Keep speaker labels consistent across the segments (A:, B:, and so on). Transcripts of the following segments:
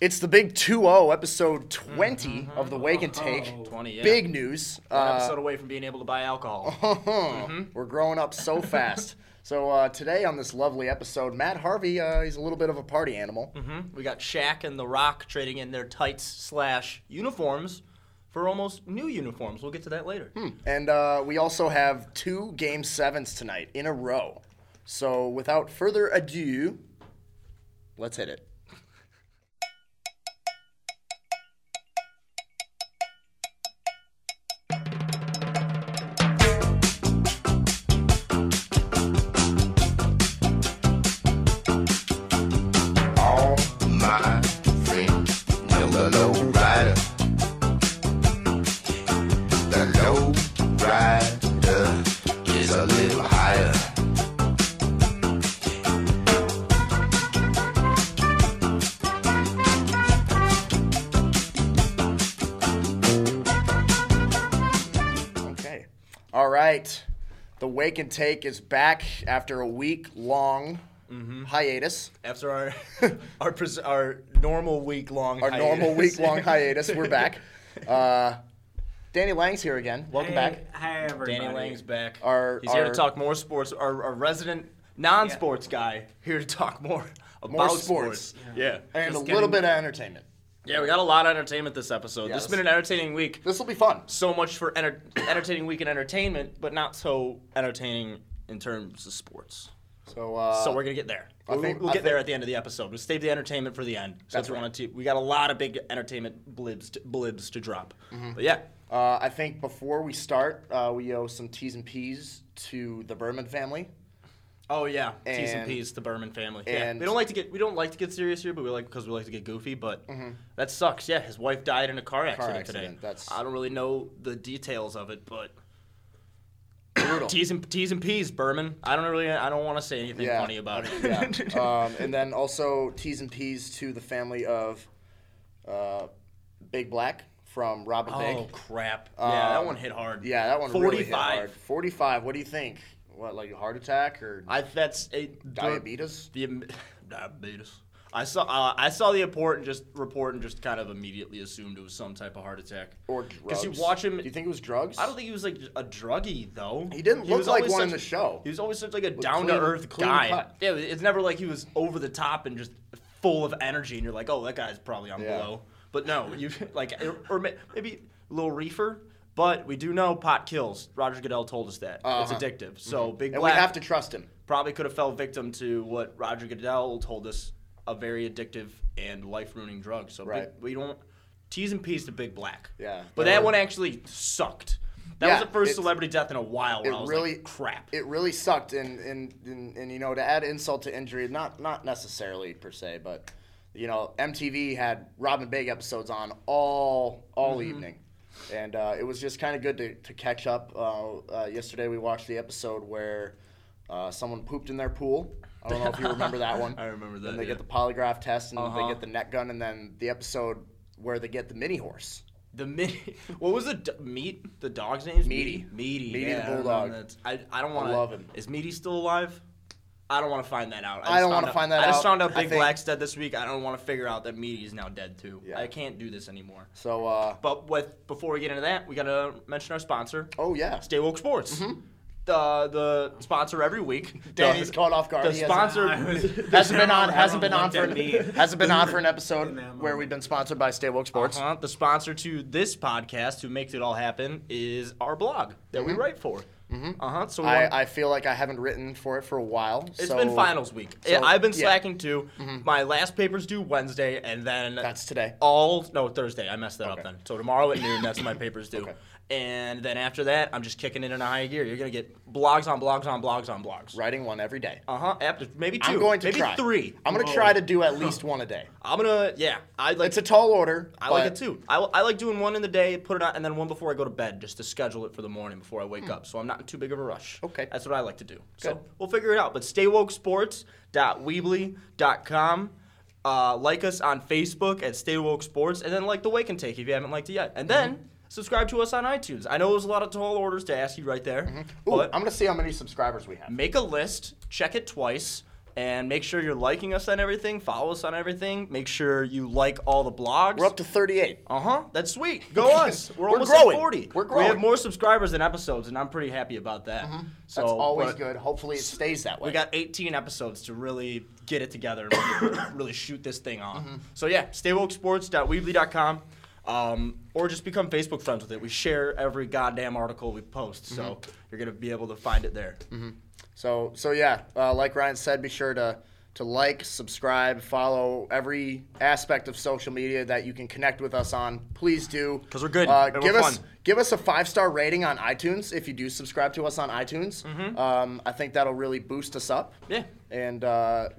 A: It's the big 2 0, episode 20 of the Wake and Take.
B: 20, Mm-hmm. Uh-huh. yeah.
A: Big news.
B: Oh. One
A: Uh,
B: episode Mm-hmm. away from being able to buy alcohol.
A: We're growing up so fast. so uh, today on this lovely episode, Matt Harvey, uh, he's a little bit of a party animal.
B: Mm-hmm. we got Shaq and The Rock trading in their tights slash uniforms for almost new uniforms. We'll get to that later.
A: And uh, we also have two game sevens tonight in a row. So without further ado, let's hit it.
C: all my friends know the low rider. The low rider is a little higher.
A: Okay. All right. The Wake and Take is back after a week long
B: Mm-hmm.
A: hiatus.
B: After our our, pres- our normal week long
A: Our normal week long hiatus. We're back. Uh, Danny Lang's here again. Welcome back.
D: Hey, Hi, everybody.
B: Danny Lang's back.
A: Our-
B: He's here
A: our-
B: to talk more sports. Our, our resident non-sports guy here to talk more about
A: sports.
B: Yeah. Yeah.
A: And a
D: Just
A: little
D: getting-
A: bit of entertainment.
B: we got a lot of entertainment this episode. This has
A: Yes.
B: been an entertaining week.
A: This will be fun.
B: so much for enter- entertaining week in entertainment, but not so entertaining in terms of sports.
A: So, uh,
B: so we're gonna get there.
A: I
B: We'll,
A: think-
B: we'll
A: I
B: get there at the end of the episode. We'll save the entertainment for the end. So
A: That's
B: if you
A: right.
B: want to, we got a lot of big entertainment blibs to, blibs to drop. But yeah,
A: Uh, I think before we start, uh, we owe some T's and P's to the Berman family.
B: oh yeah, T's and
A: And-
B: P's, the Berman family. Yeah.
A: and-
B: we don't like to get we don't like to get serious here, but we like because we like to get goofy. But that sucks. Yeah, his wife died in a car accident,
A: Mm-hmm. accident,
B: today.
A: that's-
B: I don't really know the details of it, but.
A: Brutal.
B: T's and T's and P's, Berman. I don't really, I don't want to say anything
A: Yeah.
B: funny about it.
A: yeah. Um, and then also T's and P's to the family of uh, Big Black from Robin
B: Oh
A: Big.
B: crap! yeah, that
A: Um,
B: one hit hard.
A: Yeah, that one really hit
B: 45.
A: hard. 45. What do you think? What, like a heart attack or
B: I that's a the-
A: diabetes?
B: The, im- diabetes. I saw uh, I saw the report and just report and just kind of immediately assumed it was some type of heart attack.
A: Or drugs?
B: because you watch him.
A: Do you think it was drugs?
B: I don't think he was like a druggie though.
A: He didn't look
B: was
A: like
B: always
A: one in
B: such-
A: the show.
B: He was always such like a down to earth
A: clean
B: guy.
A: cut.
B: Yeah, it's never like he was over the top and just full of energy, and you're like, oh, that guy's probably on
A: Yeah.
B: blow. But no, you like or may- maybe a little reefer. But we do know pot kills. Roger Goodell told us that it's
A: Uh-huh.
B: addictive. So big
A: And we
B: black
A: have to trust him.
B: probably could have fell victim to what Roger Goodell told us a very addictive and life ruining drug. So
A: Right.
B: big, we don't T's and P's to Big Black.
A: Yeah,
B: But
A: they
B: that
A: were-
B: one actually sucked. That
A: Yeah,
B: was the first
A: it's-
B: celebrity death in a while where
A: it
B: I was
A: really-
B: like, crap.
A: It really sucked, and, and and and you know, to add insult to injury, not not necessarily per se, but you know, MTV had Robin Big episodes on all all
B: Mm-hmm.
A: evening, and uh, it was just kind of good to, to catch up. Uh, uh, yesterday, we watched the episode where uh, someone pooped in their pool. I don't know if you remember that one.
B: I remember that,
A: And they
B: yeah.
A: get the polygraph test, and they
B: Uh-huh.
A: get the net gun, and then the episode where they get the mini horse.
B: the mini, what was the d- meat? The dog's name is
A: Meaty.
B: Meaty.
A: Meaty the
B: yeah, I don't know
A: bulldog.
B: that's- I, I don't want to
A: love him.
B: Is Meaty still alive? I don't want to find that out.
A: I
B: just
A: don't
B: found
A: wanna
B: out-
A: find that
B: I just
A: out.
B: found out
A: I
B: Big
A: think-
B: Black's dead this week. I don't want to figure out that Meaty is now dead too.
A: Yeah.
B: I can't do this anymore.
A: So, uh,
B: But with before we get into that, we gotta mention our sponsor,
A: oh yeah,
B: Stay Woke Sports. The the sponsor every week.
A: Mm-hmm. Danny's
B: the,
A: caught off guard.
B: The
A: He hasn't-
B: sponsor
D: I was-
A: hasn't been
D: Now
A: on hasn't been on
D: everyone
A: for
D: looked at
A: an, e-
D: me.
A: hasn't been on for an
D: In
A: episode
D: that
A: where
D: moment.
A: we've been sponsored by Stay Woke Sports.
B: uh-huh, the sponsor to this podcast, who makes it all happen, is our blog that we write for. Mm-hmm. Uh huh. So we want-
A: I, I feel like I haven't written for it for a while.
B: It's
A: so
B: been finals week.
A: so,
B: I've been
A: yeah. Mm-hmm.
B: slacking too. My last paper's due Wednesday, and then
A: That's today.
B: All no Thursday. I messed that
A: Okay.
B: up then. So tomorrow at noon, that's when my papers due.
A: Okay.
B: And then after that, I'm just kicking it in a high gear. You're gonna get blogs on blogs on blogs on blogs.
A: Writing one every day.
B: Uh huh. After maybe 2
A: I'm going to
B: maybe
A: try.
B: three. Oh.
A: I'm going to try to do at least one a day.
B: I'm gonna yeah. I like
A: It's a tall order.
B: I like it
A: but
B: too. I, I like doing one in the day, put it on, and then one before I go to bed, just to schedule it for the morning before I wake up. So I'm not in too big of a rush.
A: Hmm. Okay.
B: That's what I like to do.
A: Good.
B: So we'll figure it out. But staywokesports.weebly.com. Uh, like us on Facebook at Stay Woke Sports, and then like the Wake and Take if you haven't liked it yet. And then
A: Mm-hmm.
B: subscribe to us on iTunes. I know it was a lot of tall orders to ask you right there,
A: Mm-hmm. Ooh,
B: but
A: I'm going to see how many subscribers we have.
B: make a list, check it twice, And make sure you're liking us on everything. Follow us on everything. Make sure you like all the blogs.
A: We're up to 38.
B: Uh huh. That's sweet. Go us.
A: Uh-huh.
B: We're,
A: We're
B: almost
A: growing.
B: at 40.
A: We're
B: We have
A: growing. Mm-hmm.
B: more subscribers than episodes, and I'm pretty happy about that. So
A: That's always
B: but
A: good. Hopefully, it stays that way.
B: We got 18 episodes to really get it together and really shoot this thing on.
A: Mm-hmm.
B: So yeah, staywokesports.weebly.com. Um, or just become Facebook friends with it. We share every goddamn article we post, so
A: Mm-hmm.
B: you're gonna be able to find it there.
A: So so yeah, uh, like Ryan said, be sure to to like, subscribe, follow every aspect of social media that you can connect with us on. Please do
B: 'Cause we're good
A: Uh,
B: and we're
A: give us
B: fun.
A: give us a five star rating on iTunes if you do subscribe to us on iTunes. Um, I think that'll really boost us up.
B: Mm-hmm. Yeah.
A: and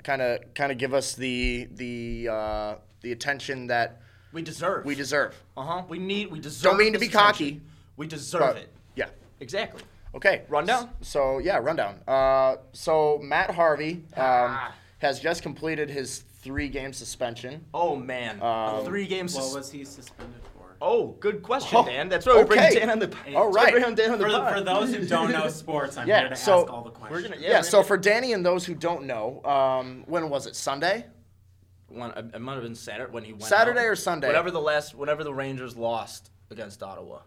A: kind of kind of give us the the uh, the attention that
B: We deserve.
A: we deserve.
B: Uh huh. We need. We deserve.
A: mean to
B: this
A: be cocky,
B: attention. We deserve
A: But,
B: it.
A: yeah.
B: Exactly.
A: Okay.
B: Rundown?
A: S- So yeah, rundown. Uh, so Matt Harvey um,
B: Ah.
A: has just completed his three game suspension.
B: Oh man.
A: Um,
B: Three games.
D: What was he suspended for?
B: Oh, good question,
A: Oh,
B: Dan. That's why we bring
A: okay.
B: Dan on the.
A: All
B: that's why we
A: right.
B: bring on Dan on the
D: For, the,
B: pod.
D: for those who don't know sports, I'm
A: Yeah,
D: here to
A: so
D: ask all the
B: We're
D: questions.
B: gonna. Yeah.
A: Yeah.
B: we're
A: so
B: gonna-
A: for Danny and those who don't know, um, when was it? Sunday?
B: one, it might have been Saturday when he went.
A: Saturday
B: out.
A: or Sunday?
B: Whatever the last, whenever the Rangers lost against Ottawa.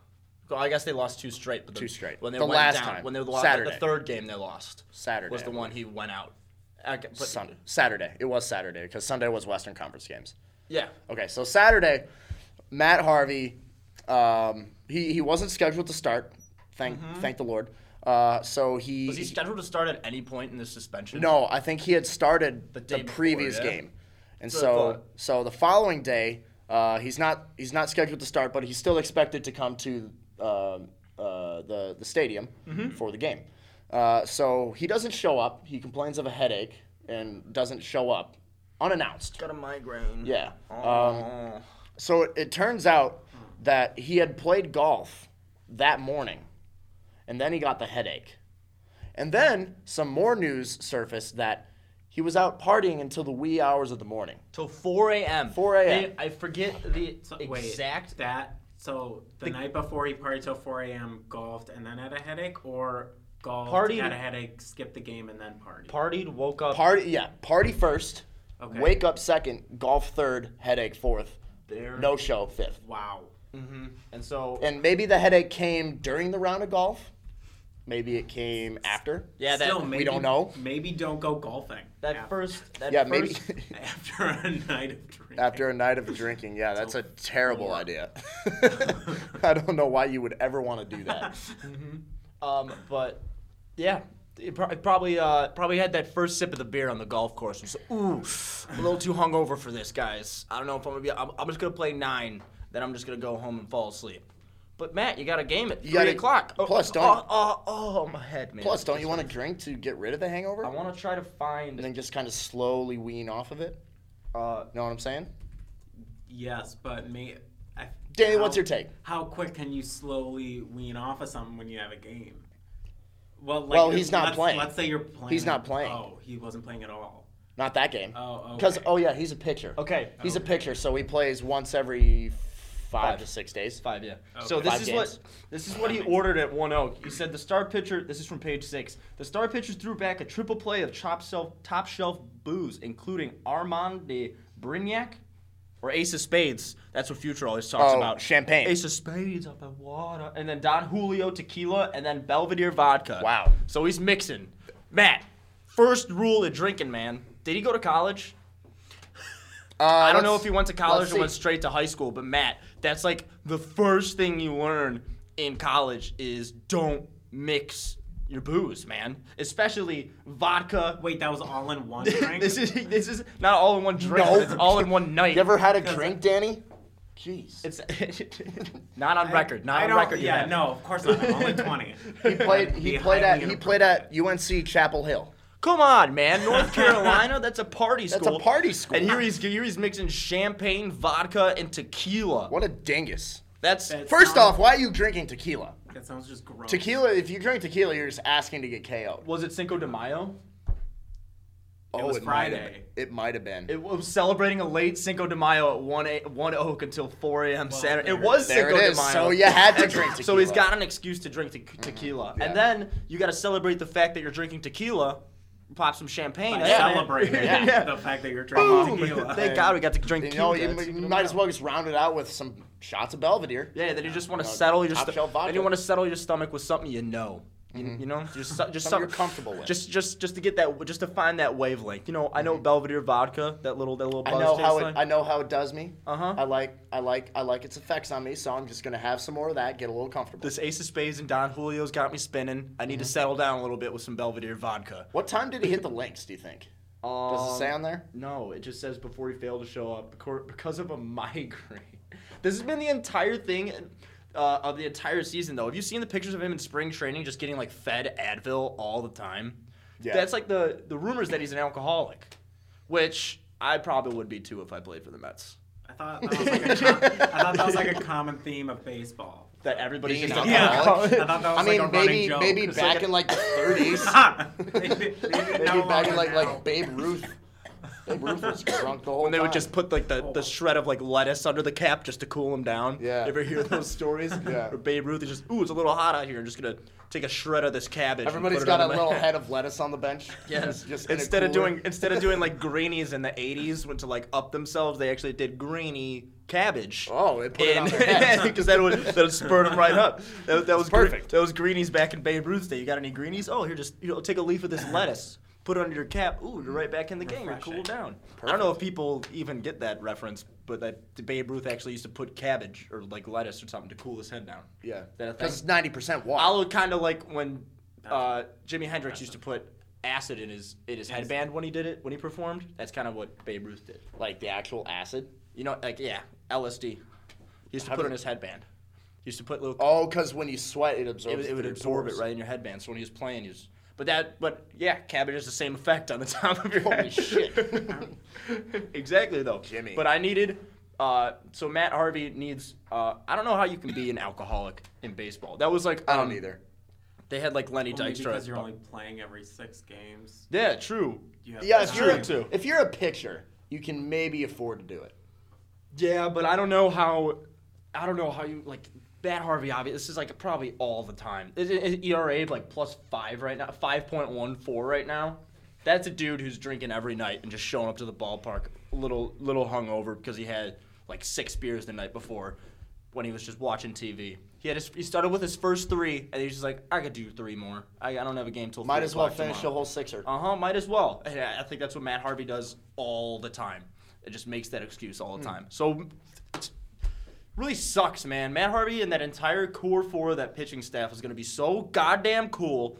B: Well, I guess they lost two straight. But the,
A: Two straight.
B: When they
A: The
B: went
A: last
B: down,
A: time.
B: When they lost
A: Saturday.
B: the third game, they lost.
A: Saturday,
B: was the
A: I
B: one he went out. I ca- but-
A: Sun- Saturday. It was Saturday because Sunday was Western Conference games.
B: Yeah.
A: Okay, so Saturday, Matt Harvey, um, he, he wasn't scheduled to start. Thank thank the Lord. Uh, so he
B: Mm-hmm. Was he scheduled to start at any point in the suspension?
A: No, I think he had started the,
B: day before,
A: previous
B: yeah?
A: game, and
B: That's what I
A: so
B: thought.
A: so the following day, uh, he's not he's not scheduled to start, but he's still expected to come to um uh, the the stadium for the game. Uh, so he doesn't show up. He complains of a headache and doesn't show up, unannounced.
B: Got a migraine.
A: Yeah. Um,
B: Oh.
A: so it, it turns out that he had played golf that morning, and then he got the headache. And then some more news surfaced that he was out partying until the wee hours of the morning.
B: Till 4 a.m.
A: 4 a.m..
B: They- I forget the
D: So, wait,
B: exact.
D: that. So the, night before he partied till 4 a.m., golfed, and then had a headache, or golfed,
B: Partied-
D: had a headache, skipped the game, and then partied.
B: partied, woke up.
A: Party, yeah, party first,
D: Okay.
A: wake up second, golf third, headache fourth,
B: There.
A: no show fifth.
D: wow.
B: And so.
A: And maybe the headache came during the round of golf. Maybe it came after.
B: yeah, that,
D: Still, maybe,
A: don't know.
D: Maybe don't go golfing.
B: that
D: af-
B: first. That
A: Yeah, maybe
B: first,
D: after a night of drinking.
A: after a night of drinking. Yeah, that's a terrible idea. I don't know why you would ever want to do that.
B: Um, but yeah, it, pro- it probably uh, probably had that first sip of the beer on the golf course. And so, ooh, I'm a little too hungover for this, guys. I don't know if I'm gonna be. I'm, I'm just gonna play nine. Then I'm just gonna go home and fall asleep. But Matt, you got a game at
A: You
B: 3
A: gotta-
B: o'clock. Oh,
A: plus, don't-
B: Oh, oh, oh, my head, man.
A: Plus, don't you want to drink to get rid of the hangover?
B: I want to try to
A: and
B: find.
A: then just kind of slowly wean off of it.
B: Uh,
A: Know what I'm saying?
D: Yes, but me. I,
A: Danny,
D: how-
A: what's your take?
D: How quick can you slowly wean off of something when you have a game? Well, like,
A: Well, he's not
D: let's-
A: playing.
D: Let's say you're playing.
A: He's not playing.
D: Oh, he wasn't playing at all.
A: Not that game.
D: Oh,
A: Because
D: okay.
A: oh yeah, he's a pitcher.
B: okay, Oh.
A: He's a pitcher, so he plays once every five,
B: Five.
A: to six days.
B: Five, yeah. So
D: Okay.
B: this
A: Five
B: is
A: games.
B: what this is what he ordered at One Oak. He said the star pitcher. This is from page six. The star pitcher threw back a triple play of top shelf top shelf booze, including Armand de Brignac, or Ace of Spades. That's what Future always talks
A: Oh,
B: about.
A: champagne.
B: Ace of Spades up at water, and then Don Julio tequila, and then Belvedere vodka.
A: Wow.
B: So he's mixing. Matt, first rule of drinking, man. Did he go to college?
A: Uh,
B: I don't
A: let's-
B: know if he went to college
A: let's
B: or went
A: see.
B: straight to high school, but Matt, that's like the first thing you learn in college is don't mix your booze, man. Especially vodka.
D: Wait, that was all in one drink.
B: this is this is not all in one drink.
A: No.
B: It's all in one night.
A: You ever had a drink, Danny? Jeez.
B: It's not on record. Not
D: I
B: on
D: don't-
B: record. you
D: Yeah,
B: have.
D: no, of course not. I'm only twenty.
A: he played. He
D: Be
A: played at.
D: highly
A: He played at UNC Chapel Hill.
B: Come on, man. North Carolina, that's a party school.
A: That's a party school.
B: And here he's, here he's mixing champagne, vodka, and tequila.
A: What a dingus!
B: That's
D: That's-
A: First
D: Um,
A: off, why are you drinking tequila?
D: That sounds just gross.
A: Tequila. If you drink tequila, you're just asking to get KO'd.
B: was it Cinco de Mayo?
A: Oh,
D: was
A: might have-
D: Friday.
A: It might have been.
B: It was celebrating a late Cinco de Mayo at 1, a, 1 Oak until 4 a.m. Saturday. It
D: there
B: was
A: there
B: Cinco
A: it
B: de
A: is.
B: Mayo.
A: So you had to drink tequila. Mm-hmm.
B: So he's got an excuse to drink te- tequila.
A: Yeah.
B: And then you got to celebrate the fact that you're drinking tequila pop some champagne.
D: I
B: That's it.
D: celebrate
A: Yeah.
D: the fact that you're
B: Boom.
D: drinking tequila.
B: Thank God we got to drink
A: You
B: tequila.
A: know, oh, you,
B: It's
A: you
B: gonna be
A: might as
B: awesome.
A: well just round it out with some shots of Belvedere.
B: Yeah, then you just want to
A: You know,
B: settle your
A: top
B: sto-
A: shelf vodka. Mm-hmm.
B: and you want to settle your stomach with something you know. You, you know, just so- just
A: Something
B: something
A: you're comfortable with. Mm-hmm.
B: Just just just to get that just to find that wavelength. You know, I know Belvedere vodka, that little that little buzz
A: I know how it.
B: tastes
A: I
B: like.
A: know how it does me.
B: Uh-huh.
A: I like. I like. I like its effects on me. So I'm just gonna have some more of that. Get a little comfortable.
B: this Ace of Spades and Don Julio's got me spinning. I need
A: Mm-hmm.
B: to settle down a little bit with some Belvedere vodka. Um,
A: what time did he hit the links? Do you think? Does
D: Um,
A: it say on there?
B: No, it just says before he failed to show up becor- because of a migraine. This has been the entire thing uh, of the entire season, though. Have you seen the pictures of him in spring training just getting like fed Advil all the time?
A: Yeah.
B: That's like the the rumors that he's an alcoholic, which I probably would be too if I played for the Mets.
D: I thought that was like a com- I thought that was like a common theme of baseball.
B: That everybody's
A: Being
B: just an
A: an
D: Yeah, I thought
B: alcoholic.
D: that was
A: I mean,
D: like a running
A: maybe
D: joke.
A: maybe
D: It's
A: back
D: like
A: in like the 30s.
D: a- maybe, maybe
A: maybe
D: no
A: back
D: longer
A: in like
D: now.
A: like Babe Ruth. Babe Ruth was drunk the whole
B: When they would
A: time.
B: just put like the, the shred of like lettuce under the cap just to cool him down.
A: Yeah.
B: You ever hear those stories?
A: Yeah.
B: Or Babe Ruth is just, ooh, it's a little hot out here. I'm just gonna take a shred of this cabbage. and
A: Everybody's
B: put it
A: got a
B: under my
A: little
B: hat."
A: head of lettuce on the bench.
B: Yes.
A: Just in a
B: instead of
A: cooler.
B: doing instead of doing like greenies in the '80s, when to like up themselves, they actually did greeny cabbage.
A: Oh, they put it on their heads.
B: because that would that would spur them right up. That, that was gre-
A: perfect.
B: that was greenies back in Babe Ruth's day. You got any greenies? Oh, here, just you know, take a leaf of this lettuce, put it under your cap. Ooh, you're right back in the game. You're cool
D: Refreshing.
B: down. I don't know if people even get that reference, but that Babe Ruth actually used to put cabbage or like lettuce or something to cool his head down.
A: Yeah.
B: Is that a thing?
A: Because it's 90% water.
B: I look kind of like when uh, Jimi Hendrix used to put acid in his in his headband when he did it when he performed. That's kind of what Babe Ruth did.
A: like the actual acid.
B: You know, like yeah, LSD. He used to
A: How
B: put it
A: did-
B: on his headband. He used to put little.
A: Oh, because when you sweat, it absorbs.
B: it, would- it would
A: through your
B: absorb
A: pores.
B: it right in your headband. So when he was playing, he was. But that, but yeah, cabbage has the same effect on the top of your
A: Holy
B: head.
A: shit.
B: exactly though,
A: Jimmy.
B: But I needed. Uh, so Matt Harvey needs. Uh, I don't know how you can be an alcoholic in baseball. That was like
A: I don't
B: um,
A: either.
B: They had like Lenny
D: Only
B: Dykstra.
D: because you're only playing every six games.
B: Yeah, true.
D: You have
A: Yeah,
D: time.
A: if you're, a,
B: true, too.
A: if you're a pitcher, you can maybe afford to do it.
B: Yeah, but I don't know how. I don't know how you like Matt Harvey. Obviously, this is like probably all the time. Is, is ERA like plus five right now? Five point one four right now. That's a dude who's drinking every night and just showing up to the ballpark a little little hungover because he had like six beers the night before when he was just watching TV. He had his, he started with his first three and he was just like, I could do three more. I, I don't have a game till
A: Might
B: three
A: as well
B: o'clock
A: finish
B: tomorrow."
A: the whole sixer.
B: Uh huh. Might as well. And I I think that's what Matt Harvey does all the time. It just makes that excuse all the time. So it really sucks, man. Matt Harvey and that entire core four of that pitching staff is going to be so goddamn cool.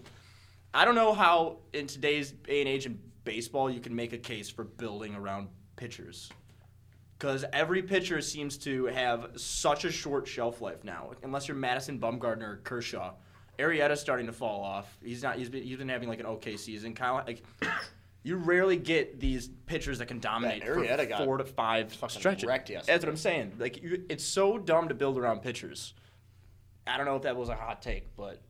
B: I don't know how in today's A and age in baseball you can make a case for building around pitchers. Because every pitcher seems to have such a short shelf life now, unless you're Madison Bumgarner or Kershaw. Arrieta's starting to fall off. He's not. He's been. He's been having like an okay season. Kyle, like, you rarely get these pitchers that can dominate for
A: Arrieta got
B: four to five
A: fucking
B: stretches.
A: wrecked
B: That's
A: yesterday.
B: what I'm saying. Like, you, it's so dumb to build around pitchers. I don't know if that was a hot take, but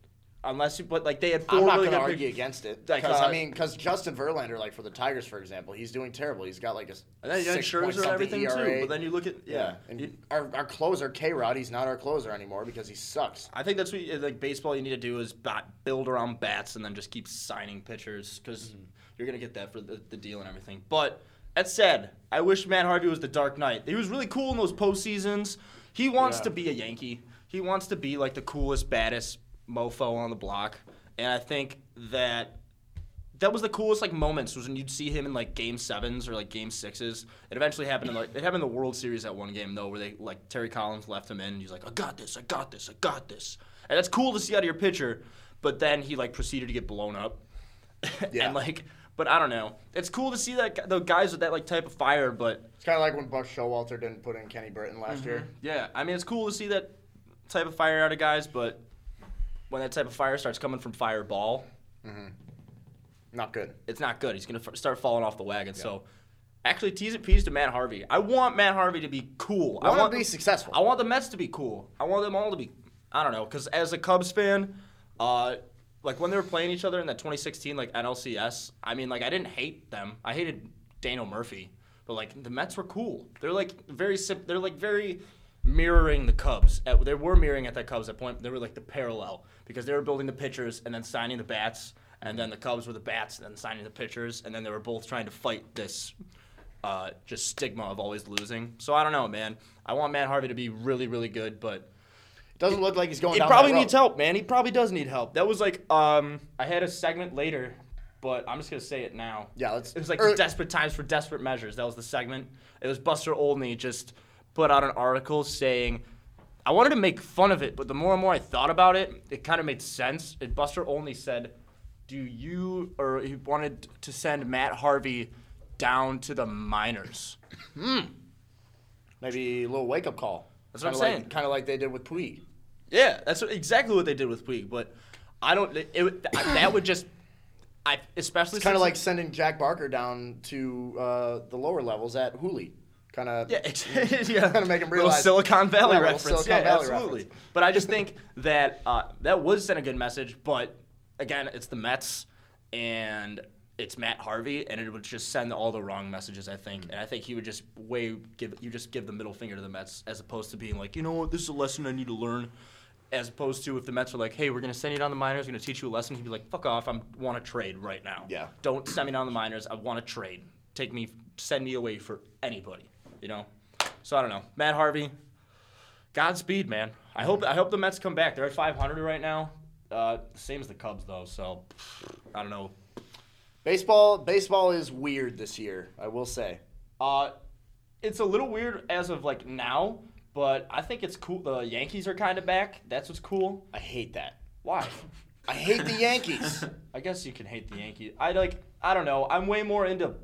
B: unless you, but like they had 4
A: I'm not
B: really
A: going to
B: good
A: argue
B: pitchers.
A: against it.
B: Like,
A: Because,
B: uh,
A: I mean, because Justin Verlander, like for the Tigers, for example, he's doing terrible. He's got like a
B: And then you had
A: six point
B: Scherzer and
A: something
B: everything
A: ERA.
B: too. But then you look at
A: E yeah.
B: yeah.
A: And
B: You-
A: our, our closer, K Rod, he's not our closer anymore because he sucks.
B: I think that's what you, like baseball you need to do is bat, build around bats and then just keep signing pitchers because
A: Mm-hmm.
B: you're gonna get that for the, the deal and everything. But that said, I wish Matt Harvey was the Dark Knight. He was really cool in those postseasons. He wants
A: Yeah.
B: to be a Yankee. He wants to be like the coolest, baddest mofo on the block. And I think that that was the coolest like moments was when you'd see him in like game sevens or like game sixes. It eventually happened in like it happened in the World Series that one game though, where they like Terry Collins left him in and he's like, I got this, I got this, I got this. And that's cool to see out of your pitcher, but then he like proceeded to get blown up.
A: Yeah.
B: and like but I don't know. It's cool to see that gu- the guys with that like type of fire, but
A: It's kind of like when Buck Showalter didn't put in Kenny Britton last year.
B: yeah, I mean it's cool to see that type of fire out of guys, but when that type of fire starts coming from fireball,
A: Not good.
B: it's not good. He's gonna f- start falling off the wagon. So, actually, tease it peas to Matt Harvey. I want Matt Harvey to be cool. I
A: Wanna
B: want
A: be successful.
B: I want the Mets to be cool. I want them all to be. I don't know, because as a Cubs fan, uh, like when they were playing each other in that 2016 like NLCS, I mean, like I didn't hate them. I hated Daniel Murphy, but like the Mets were cool. They're like very sim- They're like very mirroring the Cubs. At, they were mirroring at that Cubs at point. They were like the parallel because they were building the pitchers and then signing the bats. and then the Cubs were the bats, and then signing the pitchers, and then they were both trying to fight this uh, just stigma of always losing. So I don't know, man. I want Matt Harvey to be really, really good, but
A: Doesn't look like he's going.
B: he
A: down
B: probably
A: that road.
B: needs help, man. He probably does need help. That was like, um, I had a segment later, but I'm just gonna say it now.
A: Yeah, Er, let's.
B: It was like
A: or-
B: desperate times for desperate measures. That was the segment. It was Buster Olney just put out an article saying, I wanted to make fun of it, but the more and more I thought about it, it kind of made sense. And Buster Olney said, "Do you or he wanted to send Matt Harvey down to the minors?"
A: maybe a little wake up call.
B: That's what I'm saying.
A: Kind of like they did with Puig.
B: Yeah, that's what, exactly what they did with Puig. But I don't. It, it, that would just, I especially
A: It's kind
B: since-
A: of like sending Jack Barker down to uh, the lower levels at Hooli. Kind of.
B: Yeah, ex- yeah.
A: Gotta make 'em
B: Little
A: realize-
B: Silicon Valley
A: Yeah, little
B: reference.
A: Silicon
B: yeah,
A: Valley
B: absolutely.
A: reference.
B: But I just think that uh, that would send a good message. But again, it's the Mets and it's Matt Harvey, and it would just send all the wrong messages. I think, and I think he would just way give you just give the middle finger to the Mets as opposed to being like, you know what, this is a lesson I need to learn. As opposed to if the Mets were like, hey, we're gonna send you down the minors, we're gonna teach you a lesson, he'd be like, fuck off, I want to trade right now.
A: Yeah.
B: Don't send me down the minors. I want to trade. Take me, send me away for anybody. You know. So I don't know. Matt Harvey, Godspeed, man. I hope I hope the Mets come back. They're at 500 right now. Uh, same as the Cubs though. So I don't know.
A: Baseball. Baseball is weird this year. I will say.
B: Uh, it's a little weird as of like now, but I think it's cool. The Yankees are kind of back. That's what's cool.
A: I hate that.
B: Why?
A: I hate the Yankees.
B: I guess you can hate the Yankees. I like I don't know. I'm way more into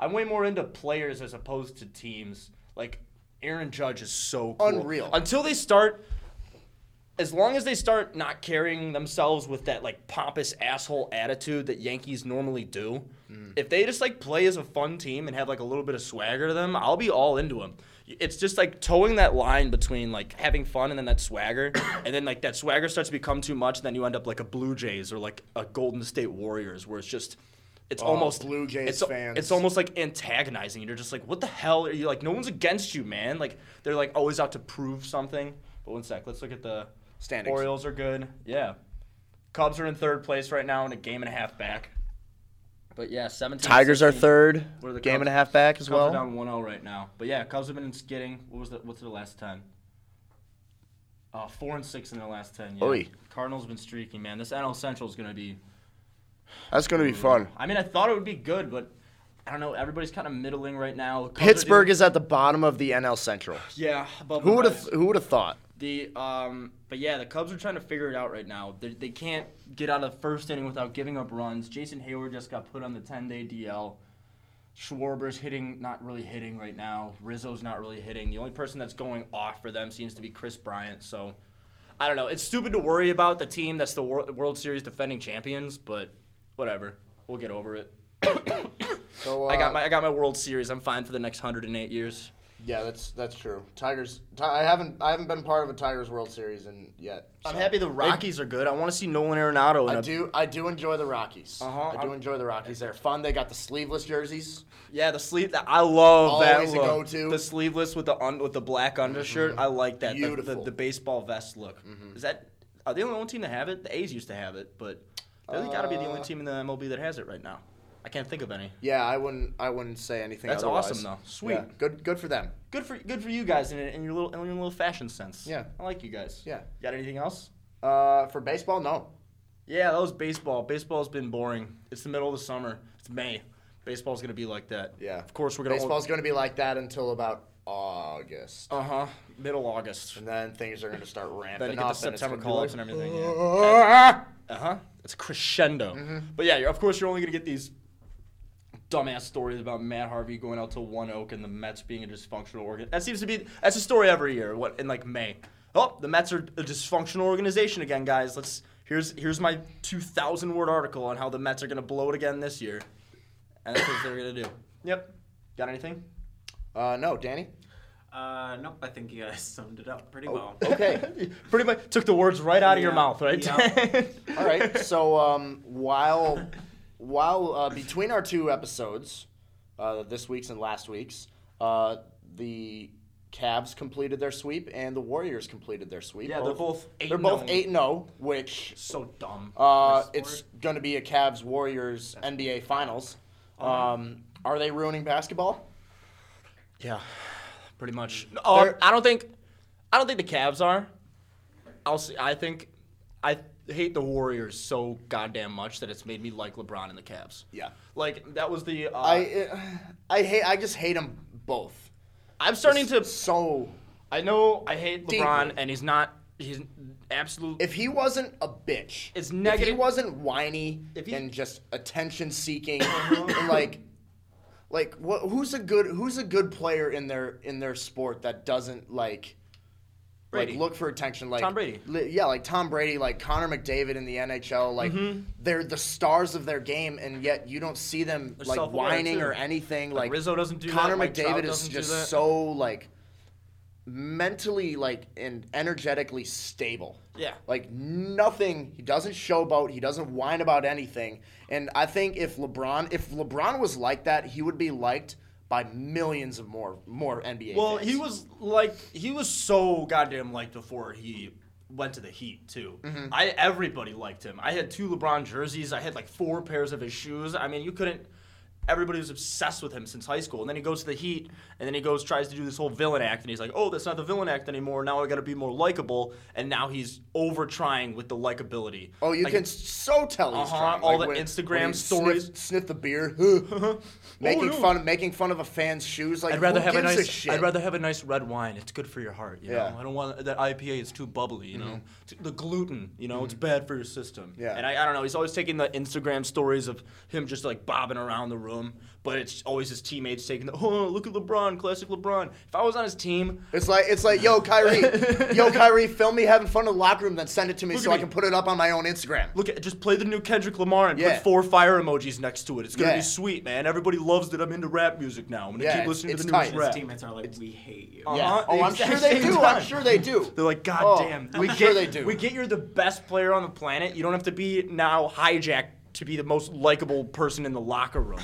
B: I'm way more into players as opposed to teams. Like Aaron Judge is so cool.
A: Unreal.
B: Until they start as long as they start not carrying themselves with that like pompous asshole attitude that Yankees normally do,
A: Mm.
B: if they just like play as a fun team and have like a little bit of swagger to them, I'll be all into them. It's just like towing that line between like having fun and then that swagger, and then like that swagger starts to become too much, and then you end up like a Blue Jays or like a Golden State Warriors, where it's just. It's almost
A: Oh, Blue Jays
B: it's, al-
A: fans.
B: It's almost like antagonizing. You're just like, what the hell are you like? No one's against you, man. Like they're like always out to prove something. But one sec, let's look at the
A: Standings.
B: Orioles are good. Yeah. Cubs are in third place right now and a game and a half back. But yeah, 17. 16.
A: third.
B: What are the game Cubs? and a
A: half back
B: Cubs are down 1-0 right now. But yeah, Cubs have been getting what was the what's their last 10? Uh, 4 and 6 in their last 10. Yeah.
A: Oy.
B: Cardinals been streaking, man. This NL Central is going to be
A: That's going to be fun.
B: I mean, I thought it would be good, but I don't know. Everybody's kind of middling right now. Cubs are
A: Pittsburgh
B: doing-
A: is at the bottom of the NL Central.
B: yeah. above the
A: Who would have?
B: Mets.
A: Who would have thought?
B: The um, but yeah, the Cubs are trying to figure it out right now. They, they can't get out of the first inning without giving up runs. Jason Hayward just got put on the 10-day DL. Schwarber's hitting, not really hitting right now. Rizzo's not really hitting. The only person that's going off for them seems to be Chris Bryant. So, I don't know. It's stupid to worry about the team that's the Wor- World Series defending champions, but whatever. We'll get over it.
A: So
B: I got my I got my World Series. I'm fine for the next 108 years.
A: Yeah, that's that's true. Tigers. Ti- I haven't I haven't been part of a Tigers World Series in yet.
B: I'm
A: so.
B: happy the Rockies are good. I want to see Nolan Arenado. in
A: I
B: a-
A: do I do enjoy the Rockies.
B: Uh-huh.
A: I do enjoy the Rockies. They're fun. They got the sleeveless jerseys.
B: Yeah, the sleeve. I love
A: Always
B: that
A: a
B: look.
A: go-to. Mm-hmm.
B: The sleeveless with the un, with the black undershirt. I like that. The- The, the,
A: Beautiful. Mm-hmm.
B: baseball vest look. Is that are they the only team that have it? The A's used to have it, but they've got to be the only
A: Uh,
B: team in the MLB that has it right now. I can't think of any.
A: Yeah, I wouldn't I wouldn't say anything.
B: That's
A: otherwise.
B: awesome though. Sweet.
A: Yeah, good good for them.
B: Good for good for you guys in, in your little in your little fashion sense.
A: Yeah.
B: I like you guys.
A: Yeah.
B: Got anything else?
A: Uh, for baseball, no.
B: Yeah, that was baseball. Baseball's been boring. It's the middle of the summer. It's May. Baseball's gonna be like that.
A: Yeah.
B: Of course we're gonna.
A: Baseball's going to be like that until about August,
B: Uh huh. Middle August.
A: and then things are going to start ramping
B: Then you get
A: up.
B: the September
A: call
B: call-ups and everything. Yeah. Uh huh. It's crescendo. But yeah, you're, of course you're only gonna get these dumbass stories about Matt Harvey going out to One Oak and the Mets being a dysfunctional organ. That seems to be that's a story every year. What in like May? Oh, the Mets are a dysfunctional organization again, guys. Let's here's here's my 2,000 word article on how the Mets are gonna blow it again this year, and that's what they're gonna do. Yep. Got anything?
A: Uh, no, Danny.
D: Uh, nope, I think you guys summed it up pretty well.
A: Okay.
B: Pretty much took the words right out of your
D: Yeah.
B: mouth, right?
D: Yeah.
A: All right. So um, while while uh, between our two episodes, uh, this week's and last week's, uh, the Cavs completed their sweep and the Warriors completed their sweep.
B: Yeah, they're both eight
A: they're
B: and
A: both
B: oh.
A: eight and zero, which
B: So dumb.
A: uh,
D: Sport.
A: it's going to be a Cavs Warriors NBA Finals. Um, are they ruining basketball?
B: Yeah, pretty much. Oh, I don't think, I don't think the Cavs are. I'll see. I think I hate the Warriors so goddamn much that it's made me like LeBron and the Cavs.
A: Yeah.
B: Like that was the. Uh, I
A: I I hate I just hate them both.
B: I'm starting to.
A: So
B: I know I hate
A: Deeply.
B: LeBron and he's not. He's absolute.
A: if he wasn't a bitch, If
B: It's
A: he
B: negative-
A: wasn't whiny
B: If he- Uh-huh.
A: and just attention seeking, and like, like what? Who's a good Who's a good player in their in their sport that doesn't like,
B: Brady.
A: like look for attention? Like
B: Tom Brady.
A: li- yeah, like Tom Brady, like Connor McDavid in the NHL. Like
B: Mm-hmm.
A: they're the stars of their game, and yet you don't see them
B: They're
A: like
B: self-aware,
A: whining
B: too.
A: or anything. Like,
B: Like, Rizzo doesn't do that,
A: Connor
B: Mike Trout
A: McDavid is
B: doesn't do that.
A: just so like mentally like and energetically stable.
B: Yeah.
A: Like nothing. He doesn't showboat. He doesn't whine about anything. And I think if LeBron, if LeBron was like that, he would be liked by millions of more more NBA.
B: Well,
A: fans.
B: he was like he was so goddamn liked before he went to the Heat too. I everybody liked him. I had two LeBron jerseys. I had like four pairs of his shoes. I mean, you couldn't. Everybody was obsessed with him since high school, and then he goes to the Heat, and then he goes tries to do this whole villain act, and he's like, "Oh, that's not the villain act anymore. Now I got to be more likable." And now he's over trying with the likability.
A: Oh, you
B: Like,
A: can so tell he's
B: Uh-huh,
A: trying.
B: all the
A: when-
B: Instagram
A: when he
B: stories.
A: Sniff, sniff the beer. making
B: no.
A: fun, making fun of a fan's shoes. Like
B: I'd rather
A: who
B: have a
A: gives
B: nice.
A: shit?
B: I'd rather have a nice red wine. It's good for your heart. You
A: Yeah. Mm-hmm.
B: know, I don't want that IPA. It's too bubbly. You know, T- the gluten. You know, it's bad for your system.
A: Yeah.
B: And I, I don't know. He's always taking the Instagram stories of him just like bobbing around the room, but it's always his teammates taking the. Oh, look at LeBron, classic LeBron. If I was on his team,
A: It's like it's like, yo, Kyrie, yo, Kyrie, film me having fun in the locker room, then send it to me
B: Look
A: so
B: at
A: I
B: me.
A: can put it up on my own Instagram.
B: look at just play the new Kendrick Lamar and
A: Yeah.
B: put four fire emojis next to it. It's gonna
A: Yeah.
B: be sweet, man. Everybody loves that I'm into rap music now. I'm gonna
A: Yeah,
B: keep
A: it's-
B: listening
A: it's
B: to the
A: tight.
B: newest
D: His
B: rap.
D: teammates are like, we hate you.
B: Uh-huh.
A: Yeah.
B: Uh-huh,
A: Oh,
B: the
A: I'm
B: exact
A: sure they
B: same
A: do. I'm
B: time.
A: sure they do.
B: They're like, God
A: Oh,
B: damn.
A: I'm
B: we
A: sure
B: get,
A: they do.
B: We get you're the best player on the planet. You don't have to be now hijacked to be the most likable person in the locker room.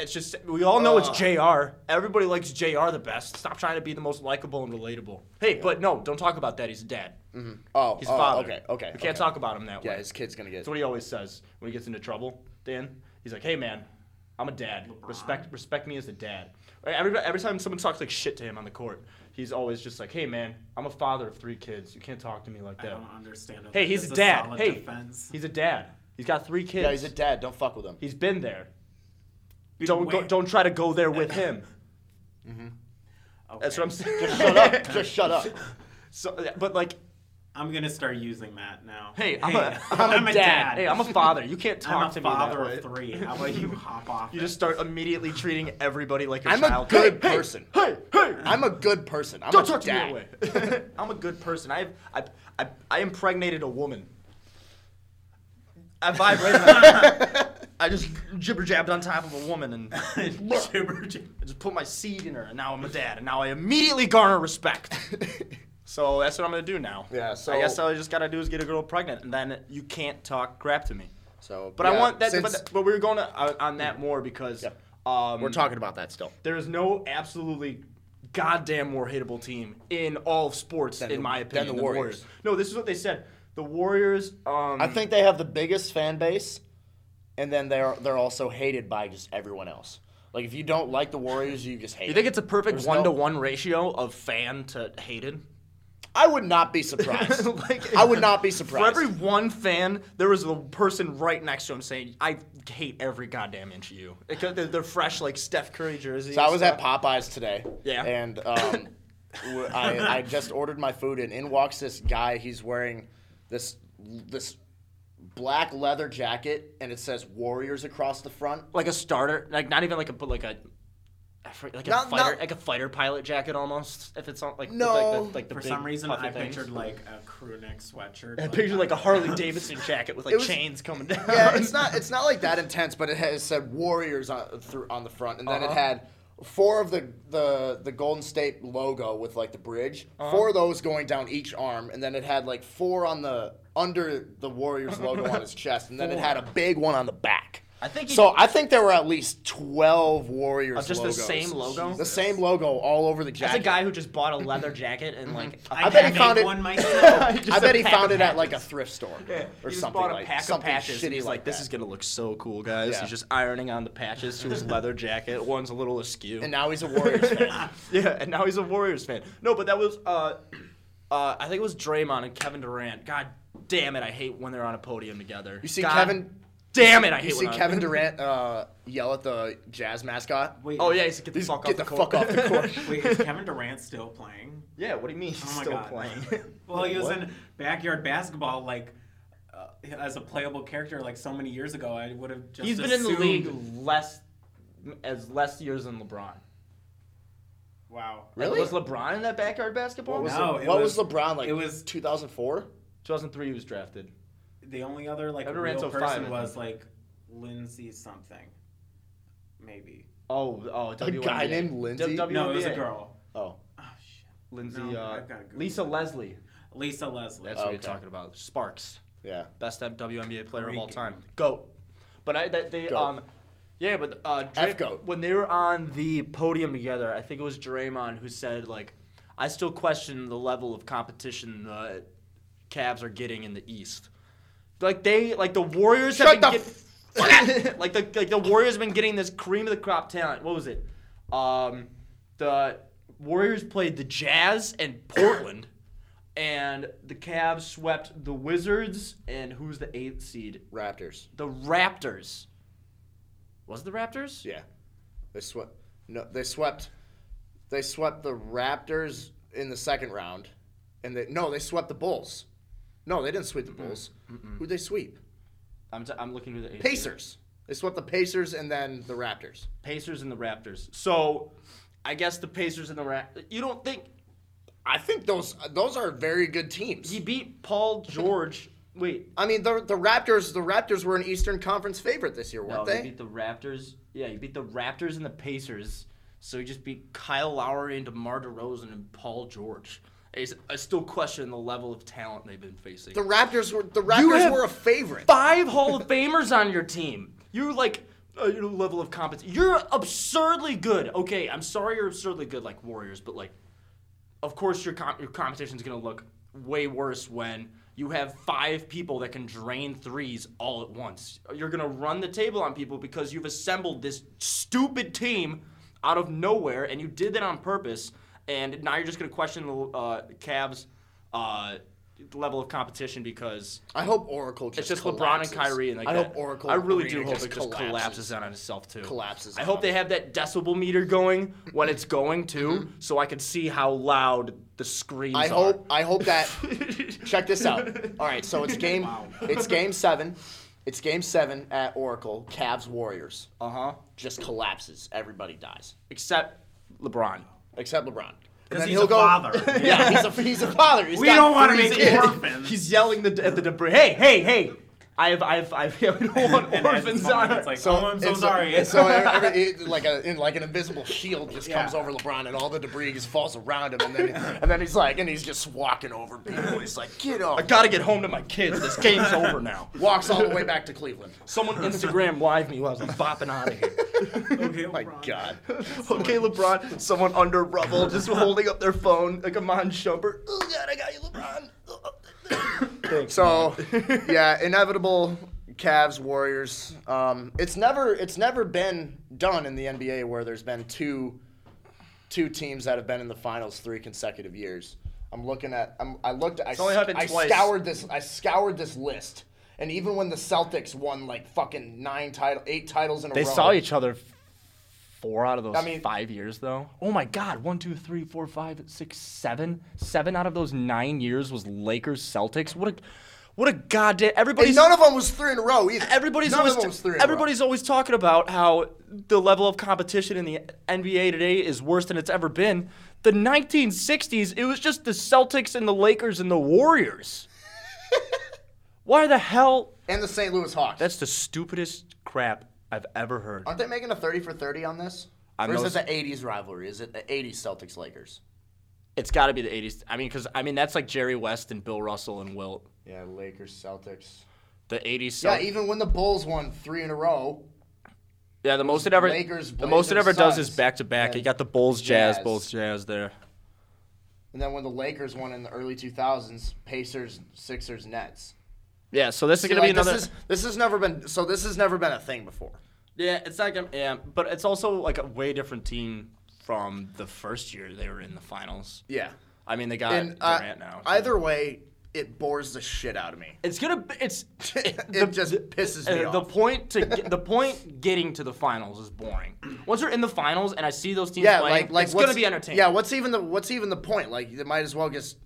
B: It's just, we all know it's JR. Everybody likes JR the best. Stop trying to be the most likable and relatable. Hey, but no, don't talk about that. He's a dad.
A: Oh,
B: He's a
A: oh,
B: father.
A: Okay, okay.
B: We can't
A: okay.
B: talk about him that
A: Yeah,
B: way.
A: his kid's gonna get.
B: That's what he always says when he gets into trouble. Dan, he's like, "Hey man, I'm a dad. Respect, respect me as a dad." Right, Every every time someone talks like shit to him on the court, he's always just like, "Hey man, I'm a father of three kids. You can't talk to me like
D: I
B: that."
D: don't understand. it.
B: Hey, he's
D: That's
B: a dad.
D: solid
B: Hey,
D: defense.
B: he's a dad. He's got three kids.
A: Yeah, he's a dad. Don't fuck with him.
B: he's been there. Don't go,
D: where?
B: don't try to go there with him. That's
D: Okay.
B: what I'm saying.
A: Just shut up. Just shut up.
B: So, yeah, but like,
D: I'm gonna start using that now.
B: hey, I'm, a, I'm, a, dad. Hey, I'm a father. You can't talk
D: I'm a
B: to me that
D: father
B: way.
D: of three. How about you hop off?
B: You
D: it?
B: just start immediately treating everybody like your
A: I'm a
B: child.
A: good
B: Hey, hey,
A: person.
B: Hey, hey,
A: I'm a good person. I'm
B: don't
A: a
B: talk to
A: dad.
B: me that way. I'm a good person. I've, I, I, I impregnated a woman. I vibrated. on- I just jibber jabbed on top of a woman and I
D: Jibber jab-
B: just put my seed in her, and now I'm a dad, and now I immediately garner respect. so that's what I'm gonna do now.
A: Yeah, so-
B: I guess all I just gotta do is get a girl pregnant, and then you can't talk crap to me.
A: So,
B: But I
A: yeah,
B: want that.
A: since-
B: But, that- but we were going to, uh, on that more because
A: Yep.
B: um,
A: we're talking about that still.
B: there is no absolutely goddamn more hateable team in all of sports, in
A: the-
B: my
A: than
B: opinion,
A: the
B: than the Warriors.
A: Warriors.
B: No, this is what they said. The Warriors. Um,
A: I think they have the biggest fan base, and then they're they're also hated by just everyone else. Like if you don't like the Warriors, you just hate.
B: You think
A: them.
B: it's a perfect
A: There's
B: one to
A: no-
B: one ratio of fan to hated?
A: I would not be surprised.
B: Like-
A: I would not be
B: For
A: surprised.
B: every one fan, there was a person right next to him saying, "I hate every goddamn inch of you." Because they're, they're fresh like Steph Curry jerseys.
A: So I was at Popeyes today.
B: Yeah.
A: And um, w- I, I just ordered my food, and in walks this guy. He's wearing this this black leather jacket, and it says Warriors across the front.
B: like a starter, like not even like a but like a I forget- like a
A: Not-
B: fighter,
A: not-
B: like a fighter pilot jacket almost. If it's on like
A: No.
B: like, the, like the
D: For
B: big
D: some reason,
B: puffy
D: I
B: things.
D: pictured like a crew neck sweatshirt.
B: I pictured like a Harley Davidson jacket with like
A: was-
B: chains coming down.
A: Yeah, it's not it's not like that intense, but it has said Warriors on through, on the front, and then it
B: Uh-huh.
A: had four of the, the the Golden State logo with like the bridge,
B: Uh-huh.
A: four of those going down each arm, and then it had like four on the under the Warriors logo on his chest, and then it had a big one on the back.
B: I think he-
A: so. I think there were at least twelve Warriors.
B: Of Oh, just the
A: logos.
B: same logo?
A: The same logo all over the
B: That's
A: jacket.
B: a guy who just bought a leather jacket and like. a
A: I bet he
D: can't
A: found
D: make
A: it-
D: one myself.
B: just
A: I
B: a
A: bet he
B: pack of
A: found it at
B: patches.
A: like a thrift store or
B: he just
A: something
B: bought a
A: like
B: pack
A: something
B: of patches.
A: shitty
B: and he's like,
A: like
B: "This
A: that.
B: is gonna look so cool, guys."
A: Yeah.
B: He's just ironing on the patches to his leather jacket. One's a little askew.
A: And now he's a Warriors fan.
B: yeah, and now he's a Warriors fan. No, but that was uh, uh, I think it was Draymond and Kevin Durant. God damn it, I hate when they're on a podium together.
A: You see
B: God
A: Kevin-
B: Damn it, I
A: You
B: hate
A: see
B: when
A: Kevin
B: I'm,
A: Durant uh, yell at the Jazz mascot.
D: Wait,
B: Oh yeah, he's get the fuck
A: Get the
B: off the court.
A: fuck off the court.
D: Wait, is Kevin Durant still playing?
B: yeah, what do you mean he's
D: Oh my
B: still
D: god.
B: playing?
D: well, he was
A: What?
D: in backyard basketball like uh, as a playable character like so many years ago. I would have just
B: he's been in the
D: assumed-
B: league less as less years than LeBron.
D: Wow.
A: Really?
B: Was LeBron in that backyard basketball?
A: What was,
D: No,
A: Le-
D: it
A: what was,
D: was-
A: LeBron like?
D: it was-
A: 2004.
B: 2003 he was drafted.
D: The only other like
B: Kevin
D: real
B: Durant's
D: person
B: 05, I
D: was like Lindsay something, maybe.
B: Oh, oh,
A: A
B: WNBA.
A: guy named Lindsay?
B: W-
D: No, it was a
B: WNBA.
D: girl.
A: Oh,
D: Oh shit.
B: Lindsay,
D: No,
B: uh,
D: I've gotta Google
B: Lisa Leslie.
D: Lisa Leslie.
B: That's what you're
A: Okay.
B: talking about. Sparks,
A: yeah.
B: best WNBA player of all
D: Freaking.
B: time. Go. But I that they
A: Goat.
B: um, yeah, but uh, Dray-
A: F-goat.
B: when they were on the podium together, I think it was Draymond who said like, I still question the level of competition the Cavs are getting in the East. Like they like the Warriors
A: Shut
B: have been
A: the
B: get- like the like the Warriors have been getting this cream of the crop talent. What was it? Um, the Warriors played the Jazz and Portland, and the Cavs swept the Wizards and who's the eighth seed?
A: Raptors.
B: The Raptors. Was it the Raptors?
A: Yeah, they swept. No, they swept. They swept the Raptors in the second round, and they no, they swept the Bulls. No, they didn't sweep the Bulls. Who'd they sweep?
B: I'm, t- I'm looking who the eighth seed-
A: Pacers. They swept the Pacers and then the Raptors.
B: Pacers and the Raptors. So, I guess the Pacers and the Raptors. You don't think
A: I think those those are very good teams.
B: he beat Paul George? Wait,
A: I mean, the the Raptors the Raptors were an Eastern Conference favorite this year,
B: No,
A: weren't
B: they?
A: they?
B: beat the Raptors. Yeah, you beat the Raptors and the Pacers. So you just beat Kyle Lowry and DeMar DeRozan and Paul George. I s- I still question the level of talent they've been facing.
A: The Raptors were the Raptors
B: have
A: were a favorite.
B: Five Hall of Famers on your team. You're like uh, you know, level of competence. You're absurdly good. Okay, I'm sorry you're absurdly good like Warriors, but like, of course your com- your competition's gonna look way worse when you have five people that can drain threes all at once. You're gonna run the table on people because you've assembled this stupid team out of nowhere, and you did that on purpose. And now you're just gonna question the uh, Cavs' uh, level of competition because
A: I hope Oracle just
B: it's just
A: collapses.
B: LeBron and Kyrie, and like
A: I
B: that.
A: hof Oracle.
B: I really do
A: Arena
B: hope it just
A: collapses.
B: collapses on itself too.
A: Collapses
B: I
A: on
B: hope they
A: them.
B: have that decibel meter going when it's going to, so I can see how loud the screams
A: I
B: are.
A: hope I hope that check this out. All right, so it's game it's game 7. It's game 7 at Oracle, Cavs Warriors.
B: Uh
D: Uh-huh.
B: huh.
A: Just collapses. Everybody dies
B: Except LeBron.
A: except LeBron. And
D: Because
A: then
D: he's
A: he'll
D: a
A: go
D: father.
A: Yeah, he's a he's a father. He's
D: We
A: got
D: don't want to
A: three
D: make
A: kids.
D: orphans.
B: He's yelling the, at the debris. Hey, hey, hey! I have, I have, I have. I don't want
D: And at this
B: orphans
D: moment,
B: on.
D: It's
B: our-
D: like,
A: So
D: oh, I'm so
A: it's-
D: sorry.
A: it's so every, it- like a in like an invisible shield just
D: Yeah.
A: comes over LeBron and all the debris just falls around him and then and then he's like and he's just walking over people. He's like, get
B: I
A: off.
B: gotta get home to my kids. This game's over now.
A: Walks all the way back to Cleveland.
B: Someone Instagram live me while I was bopping out of here.
D: okay,
A: My
D: LeBron.
A: God.
B: Okay, LeBron, someone under rubble, just holding up their phone like a Mon Shumpert. Oh, God, I got you, LeBron.
A: So, yeah, inevitable Cavs Warriors. Um, it's never it's never been done in the NBA where there's been two two teams that have been in the finals three consecutive years. I'm looking at I'm, I looked I,
B: only happened
A: I
B: twice.
A: scoured this I scoured this list. And even when the Celtics won like fucking nine title eight titles in a
B: They
A: row.
B: saw each other four out of those
A: I mean-
B: five years, though. Oh, my God. One, two, three, four, five, six, seven. Seven out of those nine years was Lakers Celtics. What a, what a goddamn.
A: And
B: Everybody's.
A: none of them was three in a row either.
B: Everybody's
A: none
B: always
A: of them was three in a row.
B: everybody's always talking about how the level of competition in the NBA today is worse than it's ever been. The 1960s, it was just the Celtics and the Lakers and the Warriors. Why the hell?
A: and the St. Louis Hawks.
B: That's the stupidest crap I've ever heard.
A: Aren't they making a 30 for 30 on this?
B: I'm
A: or is
B: no-
A: it the 80s rivalry? Is it the 80s Celtics Lakers?
B: It's got to be the 80s. I mean, because I mean that's like Jerry West and Bill Russell and Wilt.
A: Yeah, Lakers Celtics.
B: The 80s.
A: Yeah,
B: Celtics.
A: even when the Bulls won three in a row,
B: Yeah, the most it ever
A: Lakers,
B: the most it ever
A: Blazers,
B: does is
A: Suns.
B: back to back. You
A: And
B: got the Bulls, Jazz,
A: Jazz.
B: Bulls, Jazz there.
A: and then when the Lakers won in the early 2000s, Pacers, Sixers, Nets.
B: Yeah, so this is
A: See,
B: gonna
A: like,
B: be another.
A: This, is, this has never been so. This has never been a thing before.
B: yeah, it's not gonna. Yeah, but it's also like a way different team from the first year they were in the finals.
A: Yeah,
B: I mean, they got
A: and uh,
B: Durant now. so-
A: either way, it bores the shit out of me.
B: it's gonna. be- It's
A: It just pisses me
B: uh, The
A: off.
B: point to get, the point getting to the finals is boring. Once you're in the finals and I see those teams
A: Yeah,
B: playing,
A: like like
B: it's
A: what's,
B: gonna be entertaining.
A: Yeah, what's even the what's even the point? Like, you might as well just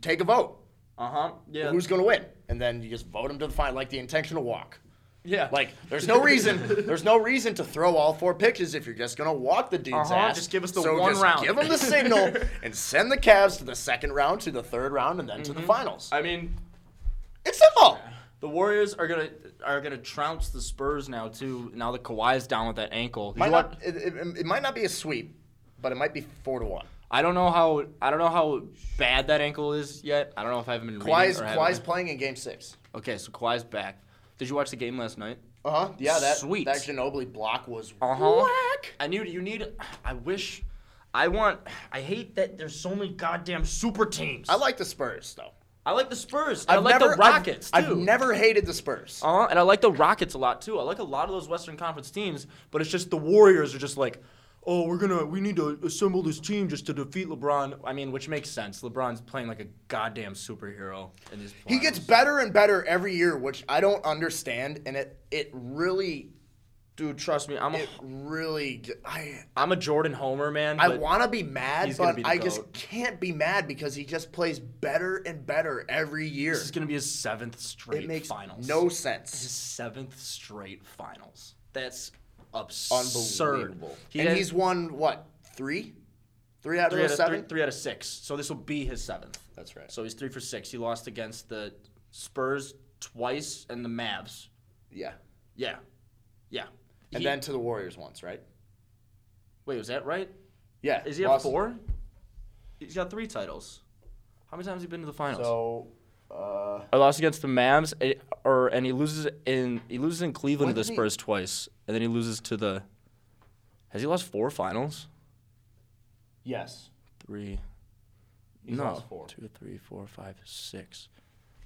A: take a vote.
B: Uh huh. Yeah.
A: Who's gonna win? And then you just vote them to the final, like the intentional walk.
B: yeah.
A: Like, there's no reason. there's no reason to throw all four pitches if you're just gonna walk the dude's
B: Uh-huh,
A: ass.
B: just give us the
A: so
B: one
A: just
B: round.
A: Give them the signal and send the Cavs to the second round, to the third round, and then
B: Mm-hmm.
A: to the finals.
B: I mean,
A: It's simple.
B: The Warriors are gonna are gonna trounce the Spurs now too. Now that Kawhi's down with that ankle, Did
A: Might
B: you
A: not,
B: watch-
A: it, it, it might not be a sweep, but it might be four to one.
B: I don't know how I don't know how bad that ankle is yet. I don't know if I haven't been.
A: Kawhi's,
B: reading or
A: Kawhi's
B: haven't-
A: playing in Game Six.
B: okay, so Kawhi's back. Did you watch the game last night?
A: Uh huh. Yeah, that
B: Sweet. Uh-huh.
A: that Ginobili block was whack.
B: I need you need. I wish. I want. I hate that there's so many goddamn super teams.
A: I like the Spurs though.
B: I like the Spurs. and I like the
A: I've-
B: Rockets
A: I've,
B: too.
A: never hated the Spurs.
B: Uh, and I like the Rockets a lot too. I like a lot of those Western Conference teams, but it's just the Warriors are just like, oh, we're gonna, we need to assemble this team just to defeat LeBron. I mean, which makes sense. LeBron's playing like a goddamn superhero in these.
A: He gets
B: finals.
A: better and better every year, which I don't understand, and it it really
B: dude. Trust me, I'm a,
A: it really j- I
B: I'm a Jordan Homer man.
A: I
B: but
A: want to be mad,
B: he's gonna
A: but
B: be the
A: I just
B: GOAT.
A: can't be mad because he just plays better and better every year.
B: This is gonna be his seventh straight
A: It makes
B: finals.
A: no
B: his
A: sense.
B: seventh straight finals. That's absurd.
A: Unbelievable.
B: He
A: and
B: had-
A: he's won what three, three out of
B: three
A: the
B: out of
A: seven.
B: three, three out of six. So this will be his seventh.
A: That's right.
B: So he's three for six. He lost against the Spurs twice and the Mavs.
A: Yeah,
B: Yeah, yeah.
A: and
B: He-
A: then to the Warriors once, right?
B: wait, was that right?
A: Yeah.
B: Is he at
A: lost-
B: four? He's got three titles. How many times has he been to the finals?
A: So, uh,
B: I lost against the Mavs, eh, or and he loses in he loses in Cleveland
A: When
B: to the
A: did he-
B: Spurs twice, and then he loses to the. Has he lost four finals?
A: yes,
B: Three.
A: He's
B: no,
A: lost four.
B: two, three, four, five, six.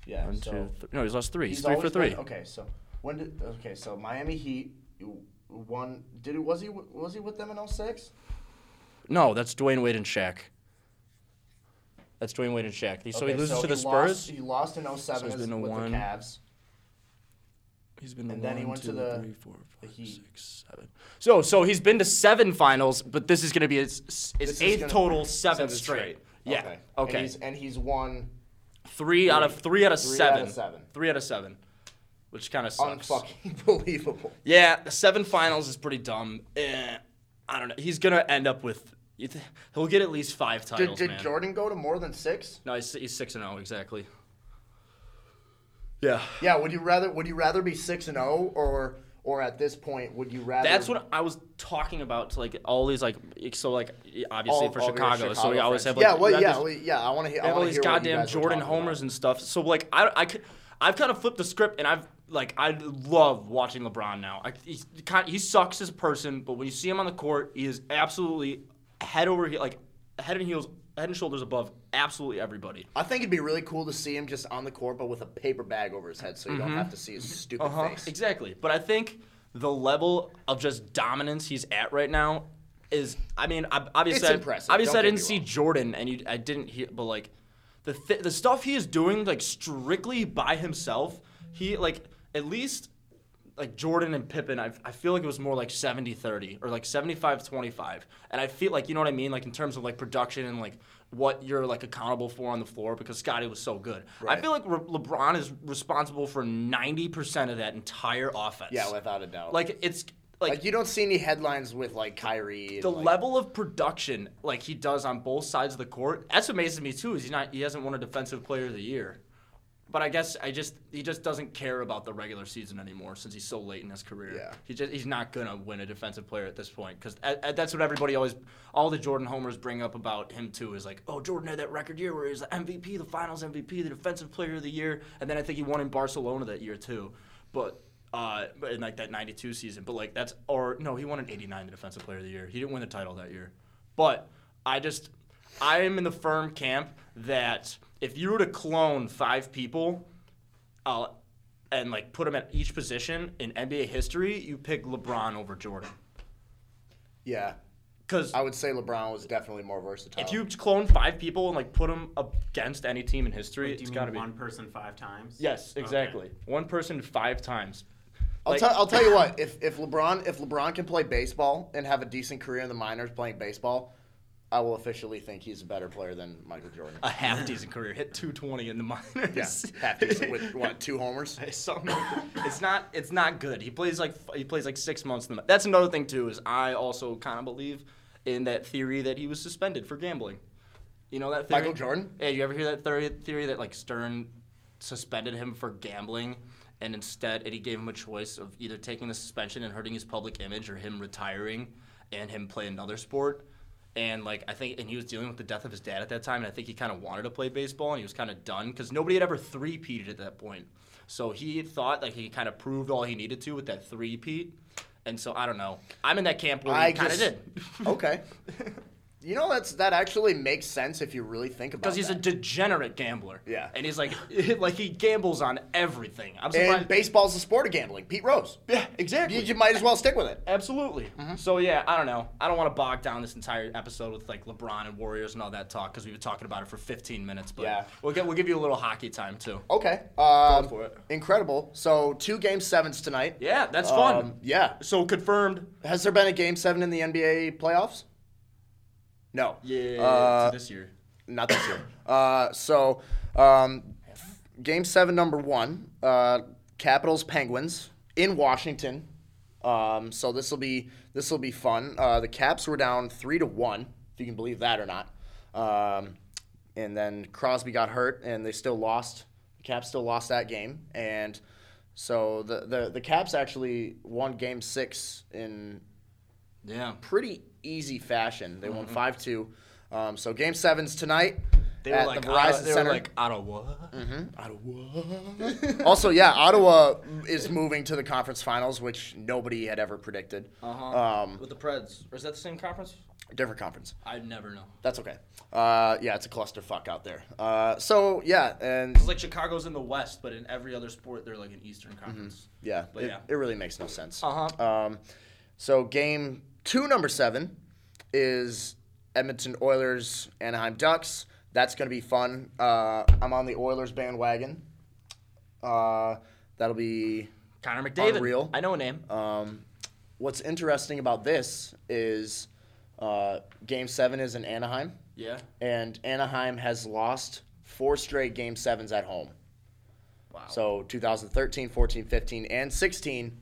A: yeah.
B: One,
A: so
B: two, three. No, he's lost three. He's,
A: he's
B: three for
A: always
B: three.
A: been- okay, so when did okay? So Miami Heat won. Did it? Was he? Was he with them in 06?
B: No, that's Dwayne Wade and Shaq. That's Dwayne Wade and Shaq. He- so he
A: Okay,
B: loses to the
A: he
B: Spurs.
A: Lost, he lost in 07
B: So he's
A: as-
B: been a
A: with
B: one.
A: the Cavs.
B: he's been to
A: and then he
B: one,
A: went to
B: two,
A: the-
B: three, four, five,
A: Heat.
B: six, seven. So so he's been to seven finals, but this is going to be his,
A: This
B: his
A: is
B: eighth
A: gonna-
B: total, seventh
A: seventh
B: straight. Yeah. Okay.
A: And he's, and he's won
B: three out of three out of
A: three
B: seven.
A: out of seven.
B: Three out of seven. Which kind of sucks.
A: Unfucking believable.
B: Yeah, the seven finals is pretty dumb. Eh, I don't know. He's gonna end up with. you th- He'll get at least five
A: Did,
B: titles,
A: did
B: man.
A: Jordan go to more than six?
B: no, he's, he's six and zero exactly. Yeah.
A: Yeah. Would you rather? Would you rather be six and zero, or or at this point, would you rather?
B: That's what I was talking about to like all these like so like obviously
A: all-
B: for
A: all your
B: Chicago, so we always
A: friends.
B: have like
A: yeah.
B: we
A: Well,
B: have
A: yeah.
B: this-
A: we- yeah. I want to hear. I
B: have all
A: wanna
B: these
A: hear what you
B: goddamn
A: guys were
B: Jordan
A: talking about.
B: homers and stuff. So like I I could I've kind of flipped the script and I've like I love watching LeBron now. I, he's kind he sucks as a person, but when you see him on the court, he is absolutely head over he- like head and heels head and shoulders above absolutely everybody.
A: I think it'd be really cool to see him just on the court, but with a paper bag over his head, so you
B: Mm-hmm.
A: don't have to see his stupid
B: Uh-huh.
A: face.
B: Exactly. But I think the level of just dominance he's at right now is, I mean, ob- obviously,
A: It's
B: I-
A: impressive,
B: obviously I
A: don't get
B: didn't
A: me
B: see
A: wrong.
B: Jordan, and you, I didn't hear, but like the th- the stuff he is doing, like strictly by himself, he like at least. Like Jordan and Pippen, I, I feel like it was more like 70 30 or like 75 25. And I feel like, you know what I mean? Like, in terms of like production and like what you're like accountable for on the floor because Scotty was so good. I
A: Right.
B: feel like Re- LeBron is responsible for 90% of that entire offense.
A: Yeah, without a doubt.
B: Like it's like,
A: Like you don't see any headlines with like Kyrie. and,
B: the
A: like,
B: level of production like he does on both sides of the court. That's amazing to me too. Is he not? He hasn't won a Defensive Player of the Year But I guess I just he just doesn't care about the regular season anymore since he's so late in his career.
A: Yeah.
B: He just he's not gonna win a defensive player at this point because that's what everybody always all the Jordan homers bring up about him too is like oh Jordan had that record year where he was the MVP, the Finals MVP, the Defensive Player of the Year, and then I think he won in Barcelona that year too. But uh, but in like that '92 season, but like that's or no, he won in '89 the Defensive Player of the Year. He didn't win the title that year, but I just I am in the firm camp that if you were to clone five people, uh, and like put them at each position in NBA history, you pick LeBron over Jordan
A: Yeah,
B: because
A: I would say LeBron was definitely more versatile.
B: if you clone five people and like put them against any team in history,
D: Wait, do
B: it's
D: you
B: got to
D: mean
B: be
D: one person five times?
B: yes,
D: Okay.
B: exactly one person five times.
A: I'll,
B: like-
A: tell, I'll tell you what, if, if LeBron if LeBron can play baseball and have a decent career in the minors playing baseball, I will officially think he's a better player than Michael Jordan.
B: A half decent career hit 220 in the minors.
A: Yeah, half decent with what two homers?
B: something. It's not. It's not good. He plays like f- he plays like six months. In the, that's another thing too. Is I also kind of believe in that theory that he was suspended for gambling. You know that theory?
A: Michael Jordan?
B: Yeah. You ever hear that theory? Theory that like Stern suspended him for gambling, and instead, and he gave him a choice of either taking the suspension and hurting his public image, or him retiring and him play another sport. And like I think, and he was dealing with the death of his dad at that time, and I think he kind of wanted to play baseball, and he was kind of done because nobody had ever three peated at that point. So he thought like he kind of proved all he needed to with that three peat. And so I don't know. I'm in that camp where
A: I
B: he kind of
A: just-
B: did
A: Okay. You know that's that actually makes sense if you really think about it.
B: because he's a degenerate gambler.
A: Yeah.
B: and he's like like he gambles on everything. I'm
A: and
B: surprised.
A: baseball's the sport of gambling. Pete Rose.
B: yeah,
A: You,
B: exactly.
A: you might as well stick with it.
B: Absolutely.
A: Mm-hmm.
B: So yeah, I don't know. I don't want to bog down this entire episode with like LeBron and Warriors and all that talk because we've been talking about it for 15 minutes. But
A: Yeah.
B: we'll get we'll give you a little hockey time too.
A: Okay. Um,
B: for it.
A: Incredible. So two game sevens tonight.
B: Yeah, that's fun.
A: Um, yeah.
B: so confirmed.
A: Has there been a game seven in the NBA playoffs? No.
B: Yeah,
A: Uh,
B: this year.
A: not this year. Uh, so, um, game seven, number one, uh, Capitals Penguins in Washington. Um, so this will be this will be fun. Uh, the Caps were down three to one, if you can believe that or not. Um, and then Crosby got hurt, and they still lost. The Caps still lost that game, and so the the, the Caps actually won Game six in
B: Yeah,
A: pretty easy fashion. They won five two. Um, so game seven's tonight
B: Mm-hmm. they
A: at
B: were like
A: the Verizon
B: Ottawa, they
A: Center. Mm-hmm.
B: were like Ottawa. Ottawa.
A: also, yeah, Ottawa is moving to the conference finals, which nobody had ever predicted.
B: Uh-huh.
A: Um,
B: With the Preds, or is that the same conference?
A: different conference.
B: I'd never know.
A: That's okay. Uh, yeah, it's a clusterfuck out there. Uh, so yeah, and
B: It's like Chicago's in the West, but in every other sport they're like an Eastern
A: Mm-hmm.
B: Conference.
A: yeah,
B: But
A: it,
B: yeah.
A: it really makes no sense.
B: Uh huh.
A: Um, so game two, number seven, is Edmonton Oilers, Anaheim Ducks. That's going to be fun. Uh, I'm on the Oilers bandwagon. Uh, that'll be.
B: Connor McDavid.
A: Unreal.
B: I know a name.
A: Um, what's interesting about this is uh, game seven is in Anaheim,
B: yeah.
A: and Anaheim has lost four straight game sevens at home.
B: Wow.
A: So 2013, 14, 15, and 16,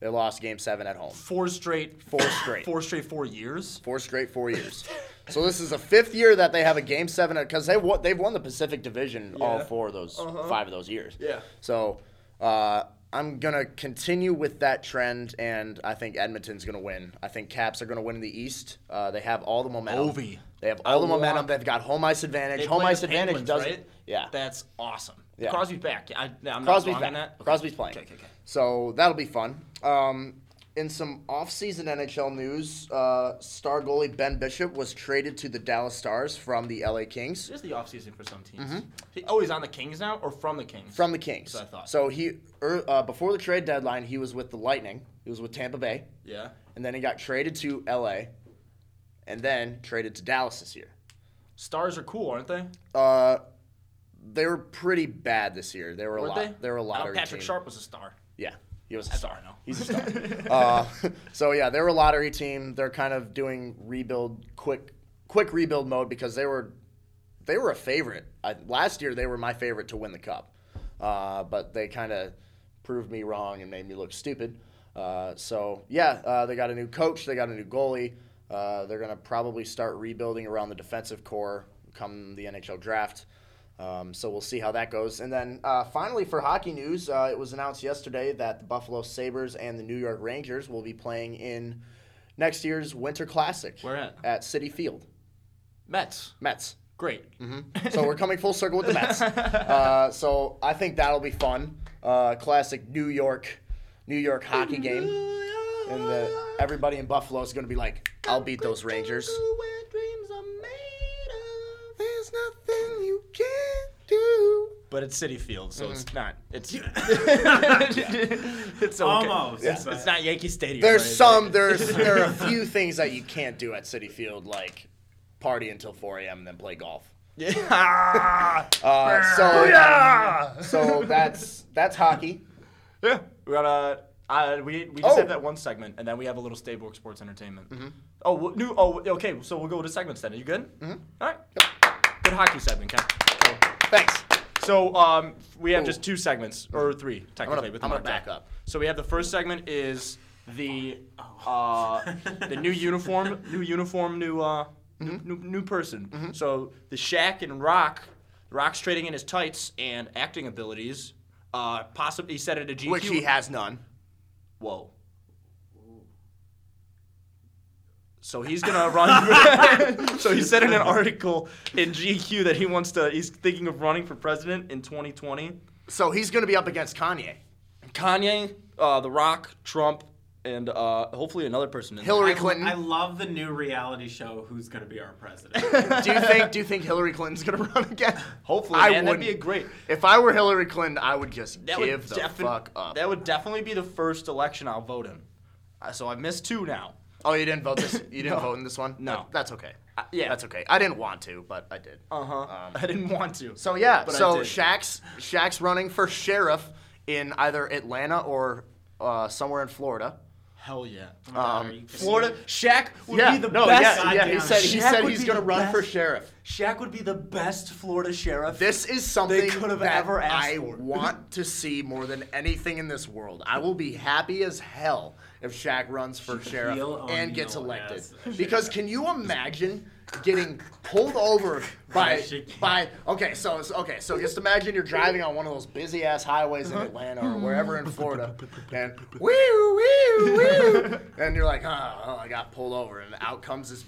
A: they lost game seven at home.
B: four straight.
A: Four straight.
B: Four straight four years.
A: four straight four years. so this is the fifth year that they have a game seven because they won, they've won the Pacific Division all
B: Yeah. Uh-huh.
A: four of those five of those years.
B: Yeah.
A: So uh, I'm gonna continue with that trend, and I think Edmonton's gonna win. I think Caps are gonna win the East. Uh, they have all the momentum.
B: Ovi.
A: They have all the
B: I want-
A: momentum. They've got home ice advantage.
B: They
A: home
B: play
A: ice
B: the
A: advantage
B: Penguins,
A: doesn't.
B: right?
A: Yeah.
B: That's awesome.
A: Yeah.
B: Crosby's back. I, I'm
A: Crosby's
B: not wrong
A: back.
B: on that. Okay.
A: Crosby's playing.
B: Okay, okay, okay.
A: So that'll be fun. Um, in some off-season NHL news, uh, star goalie Ben Bishop was traded to the Dallas Stars from the LA Kings.
B: This is the offseason for some teams. He- oh, he's on the Kings now, or from the Kings?
A: Mm-hmm. From the Kings.
B: That's what I thought.
A: So he er, uh, before the trade deadline, he was with the Lightning. He was with Tampa Bay,
B: yeah.
A: and then he got traded to LA, and then traded to Dallas this year.
B: Stars are cool, aren't they?
A: Uh, they were pretty bad this year. They were a
B: Weren't
A: lot.
B: they?
A: were a
B: I know
A: lottery
B: Patrick
A: team.
B: Sharp was a star.
A: Yeah, he was a
B: That's
A: star.
B: all I know.
A: He's a star. uh, so yeah, they're a lottery team. They're kind of doing rebuild, quick, quick rebuild mode because they were, they were a favorite I, last year. They were my favorite to win the cup, uh, but they kind of proved me wrong and made me look stupid. Uh, so yeah, uh, they got a new coach. They got a new goalie. Uh, they're gonna probably start rebuilding around the defensive core come the NHL draft. Um, so we'll see how that goes. And then uh, finally, for hockey news, uh, it was announced yesterday that the Buffalo Sabres and the New York Rangers will be playing in next year's Winter Classic.
B: Where at?
A: At City Field.
B: Mets.
A: Mets.
B: Great.
A: So we're coming full circle with the Mets. Uh, so I think that'll be fun. Uh, classic New York, New York hockey game, and the, everybody in Buffalo is going to be like, "I'll beat those Rangers." There's nothing you can do.
B: But it's City Field, so it's not. It's it's okay.
D: Almost,
B: It's,
D: but-
B: it's not Yankee Stadium.
A: There's
B: right?
A: some. There's there are a few things that you can't do at City Field, like party until 4 a.m. and then play golf.
B: Yeah.
A: Uh, so so that's that's hockey.
B: yeah. We got a. Uh, we we just
A: Oh.
B: have that one segment, and then we have a little stable sports entertainment. Oh, well, new. Oh, okay. So we'll go to segments then. Are you good? Mm-hmm. right. Good hockey segment, Ken.
A: Thanks.
B: So um, we have
A: Ooh.
B: just two segments or three technically.
A: gonna-
B: with the
A: Oh. I'm gonna
B: mock draft.
A: back up.
B: So we have the first segment is the uh, the new uniform, new uniform, new uh,
A: Mm-hmm.
B: new, new new person. So the Shack and Rock, Rock's trading in his tights and acting abilities. Uh, possibly he said it to GQ.
A: Which he has none.
B: Whoa. So he's gonna run. so he said in an article in GQ that he wants to. He's thinking of running for president in 2020.
A: So he's going to be up against Kanye.
B: Kanye, uh, The Rock, Trump, and uh, hopefully another person. In
A: Hillary
D: I-
A: Clinton.
D: I, love the new reality show. Who's gonna be our president?
A: do you think do you think Hillary Clinton's going to run again?
B: Hopefully,
A: I
B: man, that'd
A: wouldn't.
B: be a great.
A: If I were Hillary Clinton, I would just
B: That
A: give
B: would
A: the
B: defin-
A: fuck up.
B: That would definitely be the first election I'll vote in. Uh, so I've missed two now.
A: oh, you didn't vote this. You didn't
B: No.
A: vote in this one.
B: No.
A: That- that's okay.
B: Uh, yeah.
A: that's okay. I didn't want to, but I did.
B: Uh huh. I didn't want to.
A: So yeah,
B: But I
A: so
B: did.
A: Shaq's Shaq's running for sheriff in either Atlanta or uh, somewhere in Florida.
B: hell yeah.
D: Are you kidding
B: Florida.
D: me?
B: Shaq would be the
A: no,
B: best.
A: Uh, Yeah, yeah, he
D: Goddamn.
A: said he
B: Shaq
A: said
B: would
A: he's
B: be
A: gonna
B: the
A: run for
B: best.
A: sheriff.
B: Shaq would be the best Florida sheriff.
A: This is something
B: could've
A: that
B: ever asked
A: I
B: for.
A: want to see more than anything in this world. I will be happy as hell if Shaq runs for
D: Shaquille
A: sheriff
D: O'Neal
A: and gets
D: as
A: elected.
D: a
A: Because can you imagine getting pulled over by
D: Shaq-
A: by okay, so so- okay, so just imagine you're driving on one of those busy ass highways
B: Uh-huh.
A: in Atlanta or wherever in Florida and wee wee wee and you're like, oh, oh, I got pulled over and out comes this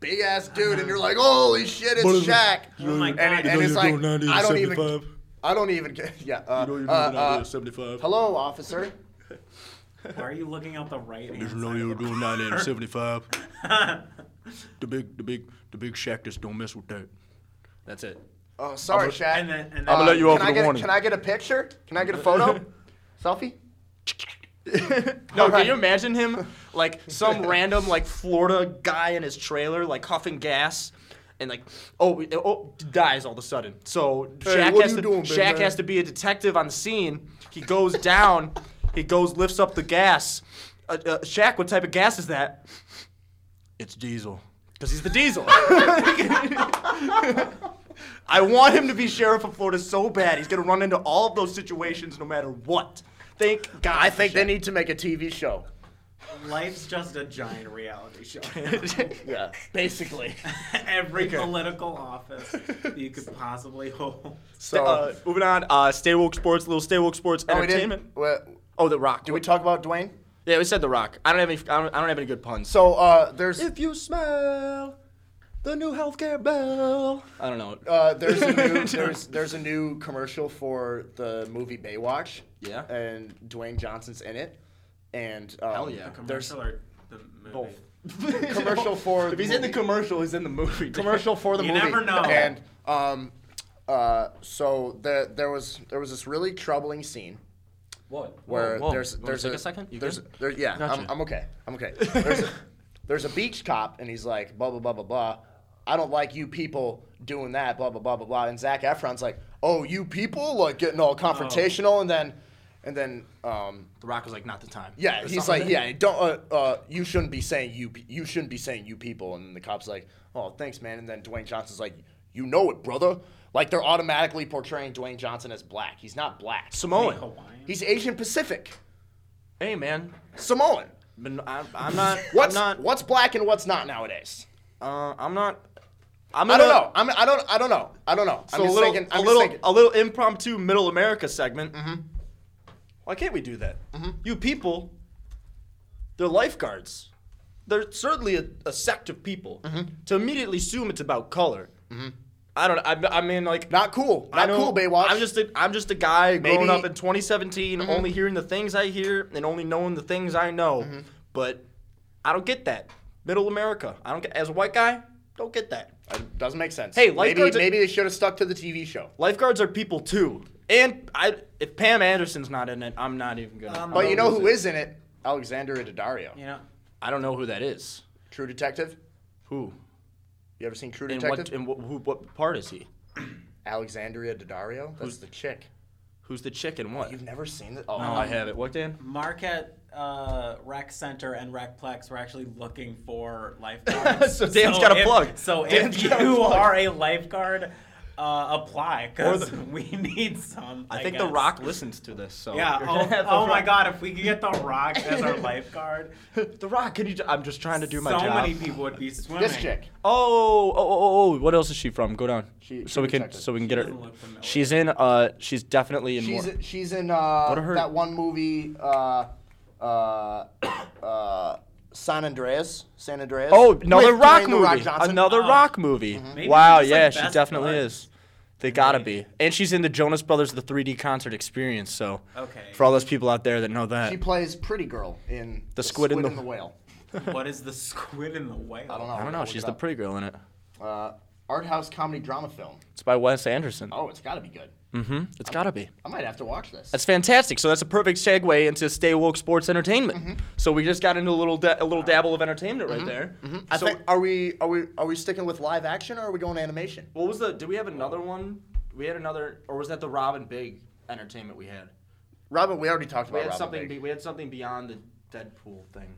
A: big ass dude and you're like, holy shit, it's Shaq.
D: Oh my
A: And,
D: god.
A: it, and
E: know
A: it's
E: you're
A: like
E: doing 90 to
A: I don't even
E: 75?
A: I don't even get yeah. Uh,
E: You know you're doing
A: uh,
E: uh,
A: uh,
E: 75.
A: hello, officer.
D: Why are you looking out the right hand?
E: You know
D: side?
E: you're doing 90 to 75. the big, the big, the big shack just don't mess with that.
B: That's it.
A: Oh, sorry, Shaq.
D: And then, and then
E: I'ma let you
A: can
E: off
A: I
E: with a
A: get,
E: warning.
A: Can I get a picture? Can I get a photo? Selfie?
B: No,
A: Alright.
B: can you imagine him like some random like Florida guy in his trailer, like huffing gas, and like oh it- oh dies all of a sudden. So Shaq
A: what
B: has
A: you
B: to
A: doing, big
B: Shaq
A: man?
B: has to be a detective on the scene. He goes down, he goes lifts up the gas. Uh, uh, Shaq, what type of gas is that?
E: It's diesel.
B: Because he's the diesel. I want him to be sheriff of Florida so bad. He's gonna run into all of those situations no matter what. Thank God.
A: I think they need to make a TV show.
D: life's just a giant reality show.
A: Yeah, basically.
D: Every political office that you could possibly hold.
A: So,
B: uh, moving on. Uh, stay woke sports. Little stay woke sports
A: oh, we
B: entertainment.
A: didn't. Well,
B: Oh, the Rock.
A: did we talk about Dwayne?
B: yeah, we said the Rock. I don't have any. I don't, I don't have any good puns.
A: So uh, there's
B: if you smell the new healthcare bill, I don't know.
A: uh, there's a new there's there's a new commercial for the movie Baywatch.
B: Yeah.
A: And Dwayne Johnson's in it. And um,
B: Hell yeah.
A: There's
D: Commercial or the movie?
A: both. commercial for
B: if he's in the commercial, he's in the movie.
A: commercial for the
D: You
A: movie.
D: never know.
A: And um, uh, so there there was there was this really troubling scene
B: What?
A: where there's there's
B: take a, second. You
A: there's
B: good?
A: there- yeah I'm,
B: Gotcha.
A: I'm okay I'm okay. There's a, there's a beach cop and he's like blah blah blah blah blah. I don't like you people doing that blah blah blah blah blah. And Zach Efron's like oh you people like getting
B: Oh.
A: all confrontational and then and then um,
B: the Rock was like, not the time.
A: yeah,
B: Or
A: he's
B: something.
A: like, yeah, don't. Uh, uh, you shouldn't be saying you. pe- You shouldn't be saying you people. And the cops like, oh, thanks, man. And then Dwayne Johnson's like, you know it, brother. Like they're automatically portraying Dwayne Johnson as black. He's not black.
B: Samoan.
D: Hawaiian.
A: He's Asian Pacific,
B: Hey man,
A: Samoan.
B: but no, I'm, I'm not.
A: What's
B: I'm not.
A: what's black and what's not nowadays?
B: Uh, I'm not. I'm
A: I don't
B: gonna-
A: know. I'm, I don't. I don't know. I don't know.
B: So
A: I'm
B: a
A: just
B: little,
A: thinking.
B: a
A: I'm just
B: little,
A: thinking. Mm-hmm.
B: a little impromptu Middle America segment. Why can't we do that? You people, they're lifeguards. They're certainly a, a sect of people.
A: Mm-hmm.
B: To immediately assume it's about color. I don't. I, I mean, like
A: Not cool.
B: I
A: Not
B: know-
A: cool. Baywatch.
B: I'm just a, I'm just a guy growing
A: Maybe- Mm-hmm.
B: up in 2017, only hearing the things I hear and only knowing the things I know.
A: Mm-hmm.
B: But I don't get that. Middle America. I don't get as a white guy. Don't get that.
A: It doesn't make sense.
B: Hey,
A: maybe
B: lifeguards are-
A: maybe they should have stuck to the TV show.
B: Lifeguards are people too. And I, if Pam Anderson's not in it, I'm not even gonna.
D: Um,
B: I'm
A: But
B: not
A: you know
B: losing.
A: who is in it? Alexander Daddario.
D: You know,
B: I don't know who that is.
A: True Detective.
B: Who?
A: You ever seen True
B: And
A: Detective?
B: what? And wh- who? What part is he?
A: Alexandria Daddario. That's the chick.
B: Who's the chick and what?
A: You've never seen this? Oh,
B: I have it. What, Dan?
D: Marquette uh, Rec Center and Recplex were actually looking for lifeguards.
B: So Dan's got a
D: if-
B: plug.
D: So
B: Dan's
D: if you
B: got a plug.
D: are a lifeguard, uh, apply because we need some. I,
B: I think The
D: guess.
B: Rock listens to this. So
D: Yeah.
B: you're gonna
D: Oh,
B: have The
D: oh my
B: Rock-
D: God! If we could get The Rock as our lifeguard,
B: The Rock. Can you? ju- I'm just trying to do
D: so
B: my job.
D: many people would be swimming.
A: this chick.
B: Oh, oh, oh, oh, oh, what else is she from? Go down.
A: She-
B: so we
A: she
B: can,
A: detective.
B: so we can get her.
D: doesn't look familiar.
B: She's in. Uh, she's definitely in
A: She's
B: more.
A: she's in uh,
B: are her-
A: that one movie. Uh, uh, uh, San Andreas, San Andreas.
B: Oh, another
A: With
B: Rock
A: Dwayne The
B: movie.
A: Johnson.
B: another
D: Oh.
B: Rock movie.
D: Maybe
B: Wow,
D: she's,
B: yeah,
D: like,
B: she
D: best
B: definitely
D: buds.
B: is. They gotta
D: Maybe.
B: be. And she's in the Jonas Brothers the 3D concert experience, so
D: Okay.
B: for all those people out there that know that.
A: She plays Pretty Girl in
B: The Squid and the-
A: Whale.
D: What is the squid in the whale?
A: I don't know.
B: I don't know,
A: Look
B: she's
A: it
B: the
A: up.
B: pretty girl in it.
A: uh, art house comedy drama film.
B: It's by Wes Anderson.
A: Oh, it's got to be good.
B: Mm-hmm. It's gotta be.
A: I might have to watch this.
B: That's fantastic. So that's a perfect segue into Stay Woke Sports Entertainment.
A: Mm-hmm.
B: So we just got into a little da- a little dabble of entertainment right there.
A: Mm-hmm. I
B: So
A: think, are we are we are we sticking with live action or are we going animation?
B: what was the? Did we have another one? We had another, or was that the Robin Big entertainment we had?
A: Robin, we already talked about
B: We had
A: Robin
B: something.
A: Big.
B: Be, we had something beyond the Deadpool thing.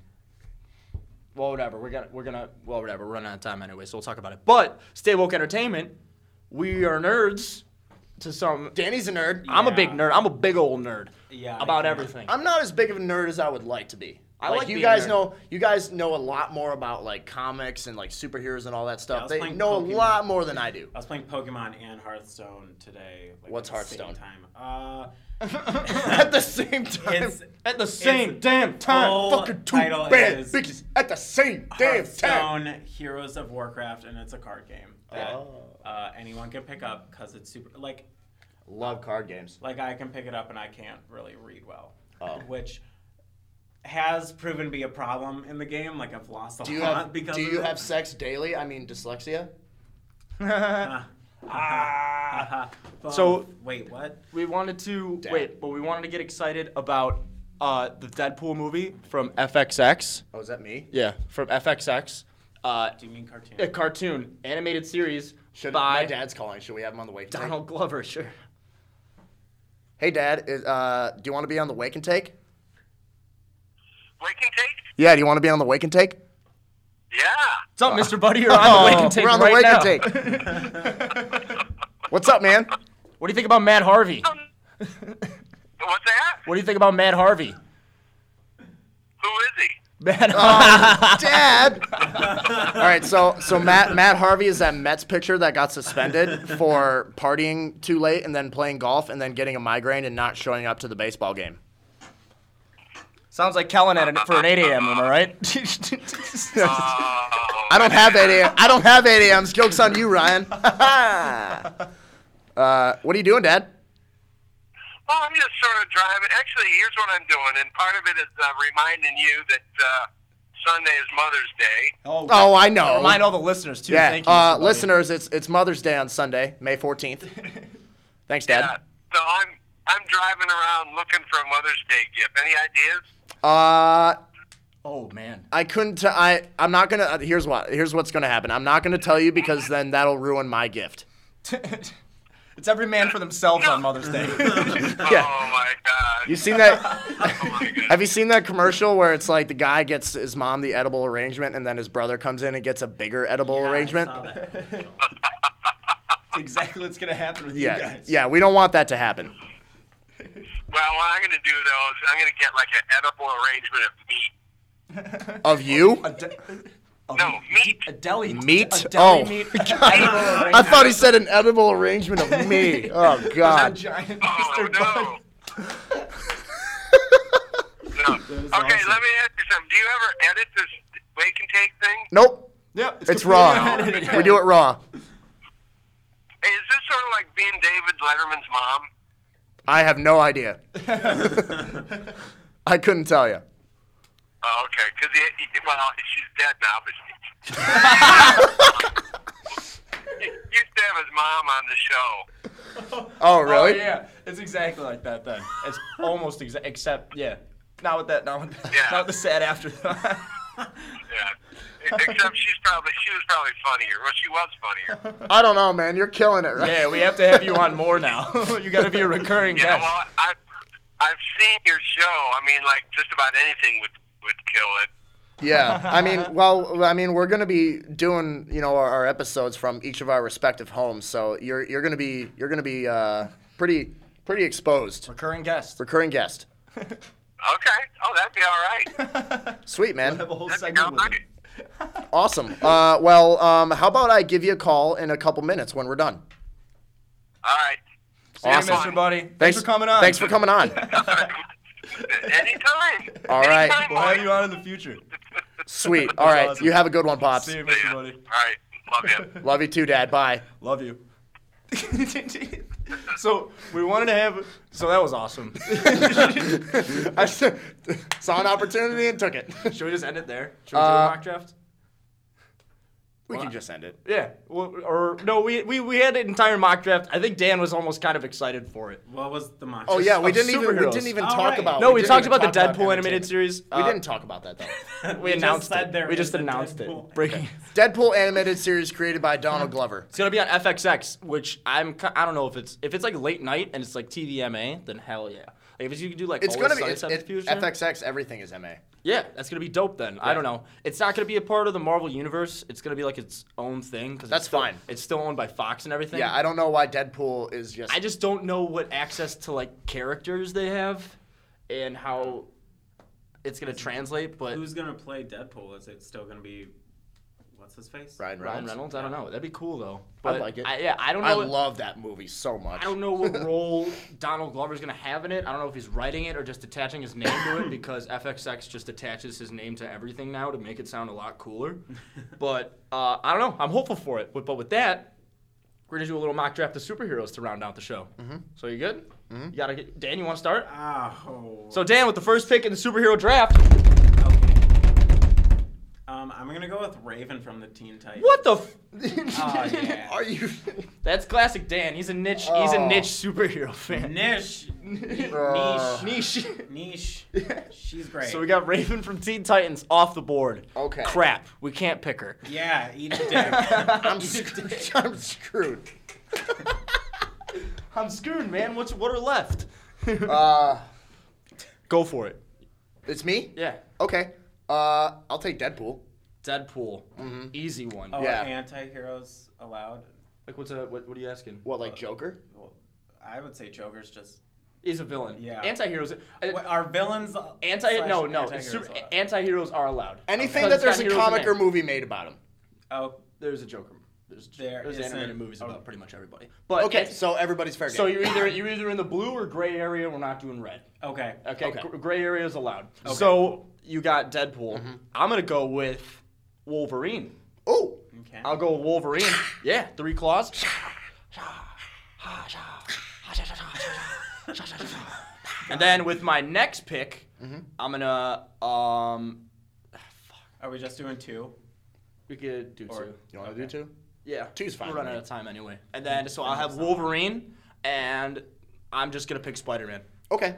B: Well, whatever. We're gonna we're gonna well whatever. We're running out of time anyway, so we'll talk about it. But stay woke entertainment. We are nerds. To some,
A: Danny's a nerd.
B: I'm a big
D: Yeah.
B: nerd. I'm a big old nerd.
D: Yeah, I
B: About
D: can-
B: everything.
A: I'm not as big of a nerd as I would like to be.
B: I like
A: you
B: being a
A: guys
B: nerd.
A: know you guys know a lot more about like comics and like superheroes and all that
D: I
A: stuff.
D: was
A: they
D: playing
A: know
D: Pokemon.
A: a lot more than I do.
D: I was playing Pokemon and Hearthstone today. Like,
A: What's
D: at the same
A: Hearthstone?
D: Time. Uh,
A: At the same time,
D: It's-
B: At the same damn time.
D: full
A: fucking two
D: title
A: bad
D: is
A: bitches at the same damn time.
D: Hearthstone Heroes of Warcraft, and it's a card game that
A: Oh.
D: uh, anyone can pick up because it's super. Like,
A: Love card games.
D: like I can pick it up and I can't really read well,
A: Oh.
D: which has proven to be a problem in the game. Like I've lost a
A: Do you
D: lot
A: have
D: because
A: do
D: of
A: you
D: it.
A: have sex daily? I mean dyslexia.
D: Ah. Ah. Both.
B: So-
D: wait, what?
B: We wanted to
A: Dad.
B: wait, but we wanted to get excited about uh, the Deadpool movie from FXX.
A: Oh, is that me?
B: Yeah, from FXX. Uh,
D: Do you mean cartoon?
B: a cartoon animated series
A: Should
B: by
A: my dad's calling? Should we have him on the wake? and take?
B: Donald Glover. Sure.
A: Hey, Dad, is, uh, do you want to be on the wake and take?
F: Wake and take?
A: Yeah, do you want to be on the wake and take?
F: Yeah.
B: What's up, Mr. Buddy? You're Uh, Oh, on the wake and take
A: We're on the
B: right
A: wake
B: now.
A: and take. What's up, man?
B: What do you think about Matt Harvey?
F: Um, what's that?
B: What do you think about Matt Harvey?
F: Who is he?
B: Matt Harvey.
A: Dad. All right, so so Matt Matt Harvey is that Mets pitcher that got suspended for partying too late and then playing golf and then getting a migraine and not showing up to the baseball game.
B: Sounds like Kellen at an, for an 8 a.m. Am I right?
F: Uh,
A: I don't have 8 a.m. I don't have 8 a.m. Joke's on you, Ryan. uh, what are you doing, Dad?
F: well, I'm just sort of driving. Actually, here's what I'm doing, and part of it is uh, reminding you that uh, Sunday is Mother's Day.
B: oh,
A: Oh, I know.
B: Remind all the listeners too.
A: Yeah,
B: Thank you,
A: uh,
B: Mr. Buddy.
A: listeners, it's it's Mother's Day on Sunday, May 14th. Thanks, Dad.
F: Uh, so I'm I'm driving around looking for a Mother's Day gift. Any ideas?
A: Uh,
B: Oh man.
A: I couldn't. T- I I'm not gonna. Uh, here's what. Here's what's gonna happen. I'm not gonna tell you because then that'll ruin my gift.
B: it's every man for themselves on Mother's Day.
A: Yeah.
F: Oh my God.
A: You seen that?
F: oh my God.
A: Have you seen that commercial where it's like the guy gets his mom the edible arrangement and then his brother comes in and gets a bigger edible
D: Yeah, I
A: arrangement?
D: saw that.
B: exactly what's gonna happen with you
A: Yeah.
B: guys.
A: Yeah. We don't want that to happen.
F: Well, what I'm gonna do though is I'm gonna get like an edible arrangement of meat.
A: Of Oh, you?
B: De- A
F: No, meat.
B: A deli.
A: Meat?
B: A deli
A: Oh.
B: meat. I
A: I thought he said an edible arrangement of me. Oh
B: a
A: God.
B: giant
F: Oh,
B: Mr. Bun.
F: no. no. Okay,
D: awesome.
F: let me ask you something. Do you ever edit this wake and take thing?
A: Nope.
B: Yeah,
A: It's raw.
B: completely
A: We
B: edited.
A: do it raw.
F: Hey, is this sort of like being David Letterman's mom?
A: I have no idea. I couldn't tell you.
F: Oh, okay. Because he, he, well, she's dead now, but she, he used to have his mom on the show.
A: Oh really?
B: Oh, yeah, it's exactly like that then. It's almost exa- except yeah, not with that, not with
F: Yeah.
B: not with the sad after.
F: Yeah. E, Except she's probably she was probably funnier. Well, she was funnier.
A: I don't know, man. You're killing it, right?
B: yeah, we have to have you on more now. you got to be a recurring
F: Yeah.
B: guest.
F: Well, I I've seen your show. I mean, like just about anything would would kill it.
A: Yeah, I mean, well, I mean, we're gonna be doing, you know, our, our episodes from each of our respective homes, so you're you're gonna be you're gonna be uh, pretty pretty exposed.
B: recurring guest.
A: Recurring guest,
F: Okay. Oh, that'd be all right.
A: sweet man,
B: have a whole
F: That'd be all
B: segment with
F: right.
B: it.
A: awesome. Uh, well, um, how about I give you a call in a couple minutes when we're done?
F: All right.
B: Awesome, Mr. Buddy. Thanks, for coming on.
A: Thanks for coming on.
F: Anytime.
A: All right.
F: Anytime,
B: We'll have
F: boy.
B: you on in the future.
A: Sweet. All right,
B: awesome.
A: you have a good one, pops.
B: See you,
F: Yeah.
B: Mr.
F: All
B: Buddy.
F: right. Love you.
A: Love you too, Dad. Bye.
B: Love you. so we wanted to have. So that was awesome.
A: I saw an opportunity and took it.
B: Should we just end it there? Should we do
A: Uh,
B: a mock draft?
A: We can just end it.
B: Yeah. Well, or no, we, we we had an entire mock draft. I think Dan was almost kind of excited for it.
D: What was the mock?
A: Oh yeah, we
B: Of
A: didn't even we
B: superheroes.
A: didn't even
D: All
A: talk
D: right.
A: about.
B: No, we,
A: didn't
B: talked
A: even
B: about the
A: talk
B: Deadpool
A: about
B: animated series.
A: We
B: Uh,
A: didn't talk about that though.
B: We,
D: just
B: announced
D: said
B: it.
D: there
B: We just
D: is a
B: announced
D: Deadpool.
B: it. Breaking.
A: Deadpool animated series created by Donald Glover.
B: It's gonna be on FXX, which I'm ki- I don't know if it's if it's like late night and it's like TVMA, then hell yeah. Like if you could do like
A: It's
B: Always
A: gonna be
B: Sunny
A: it's,
B: Type of
A: it-
B: fusion,
A: FXX. Everything is MA.
B: Yeah, that's gonna be dope then. I don't know. It's not gonna be a part of the Marvel universe. It's gonna be like its own thing. Cause
A: That's
B: it's still-
A: fine.
B: It's still owned by Fox and everything.
A: Yeah, I don't know why Deadpool is just.
B: I just don't know what access to like characters they have and how it's gonna translate. But
D: Who's gonna play Deadpool? Is it still gonna be what's his face?
A: Ryan
B: Ryan
A: Reynolds.
B: Reynolds, I don't know. That'd be cool though.
A: I'd
B: But
A: like it.
B: I, yeah, I don't know.
A: I
B: what-
A: love that movie so much.
B: I don't know what role Donald Glover's gonna have in it. I don't know if he's writing it or just attaching his name to it because FXX just attaches his name to everything now to make it sound a lot cooler. But uh, I don't know. I'm hopeful for it. But, but with that, we're gonna do a little mock draft of superheroes to round out the show. So you good? You gotta get Dan. You want to start?
D: Oh.
B: So Dan with the first pick in the superhero draft.
D: Okay. Um, I'm gonna go with Raven from the Teen Titans.
B: What the? F-
D: Oh, yeah.
A: Are you?
B: That's classic Dan. He's a niche. He's a niche superhero fan.
D: Nish.
A: Uh.
B: Niche.
D: Niche. She's great.
B: So we got Raven from Teen Titans off the board.
A: Okay.
B: Crap. We can't pick her.
D: yeah, eat a dick.
A: I'm screwed. I'm screwed.
B: I'm screwed, man. What's what are left?
A: Uh,
B: Go for it.
A: it's me.
B: Yeah.
A: Okay. Uh, I'll take Deadpool.
B: Deadpool. Easy one.
D: oh,
A: Yeah.
D: are anti-heroes allowed?
B: Like what's a what, what are you asking?
A: What like Joker?
B: Uh,
D: Well, I would say Joker's just.
B: He's a villain.
D: Yeah.
B: Anti-heroes. I-
D: What, are villains
B: Uh, Anti
D: slash
B: no no
D: anti-heroes
B: super,
D: allowed?
B: anti-heroes are allowed.
A: Anything
B: Because
A: that there's
B: it's got
A: a
B: heroes in
A: comic
B: there.
A: or movie made about him.
D: oh,
B: There's a Joker. There's,
D: There
B: there's
D: isn't-
B: animated movies about
D: oh.
B: pretty much everybody. But
A: Okay,
B: it's-
A: so everybody's fair game.
B: Uh, so you're either you're either in the blue or gray area. We're not doing red.
D: Oh, okay.
B: Okay,
A: Okay.
B: gr- gray area is allowed. So you got Deadpool.
A: Mm-hmm.
B: I'm gonna go with Wolverine.
A: Oh,
D: Okay.
B: I'll go with Wolverine. yeah, three claws. and then with my next pick,
A: Mm-hmm.
B: I'm gonna um
D: Are we just doing two?
B: we could do
D: Or-
B: two.
A: you want to do two?
B: Yeah,
A: Two's fine
B: We're
A: with me.
B: running
A: Mm-hmm.
B: out of time anyway. And then so I'll have Wolverine, and I'm just gonna pick Spider-Man.
A: Okay.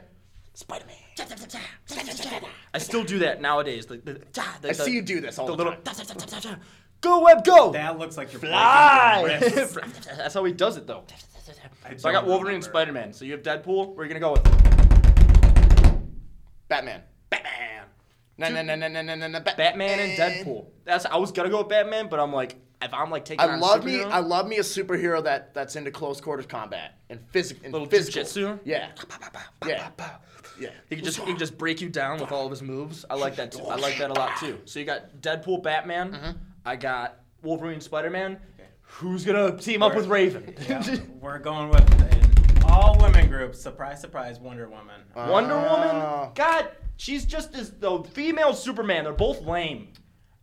B: I still do that nowadays. Like, the,
A: I see you do this all
B: the
A: the,
B: little.
A: time.
B: Go web, go!
D: That looks like you're
B: Fly!
D: breaking your wrist.
B: That's how he does it, though. So I
D: don't
B: got Wolverine and
D: remember.
B: Spider Man. So you have Deadpool. Where are you gonna go with?
A: Batman.
B: Batman.
A: Na na na na na na na. Batman.
B: Batman and Deadpool. That's I was gonna go with Batman, but I'm like, if I'm like taking
A: I
B: on a
A: love me.
B: superhero-
A: I love me a superhero that that's into close quarters combat and physical.
B: Little
A: physical.
B: jujitsu?
A: Yeah. Yeah. Yeah.
B: He can just he can just break you down with all of his moves. I like that. Too. I like that a lot too. So you got Deadpool, Batman.
A: Mm-hmm.
B: I got Wolverine, Spider Man. Who's gonna team up with Raven?
D: We're going with an all women group. Surprise, surprise, Wonder Woman.
B: Wonder
A: Ah.
B: Woman. God, she's just as the female Superman. They're both lame.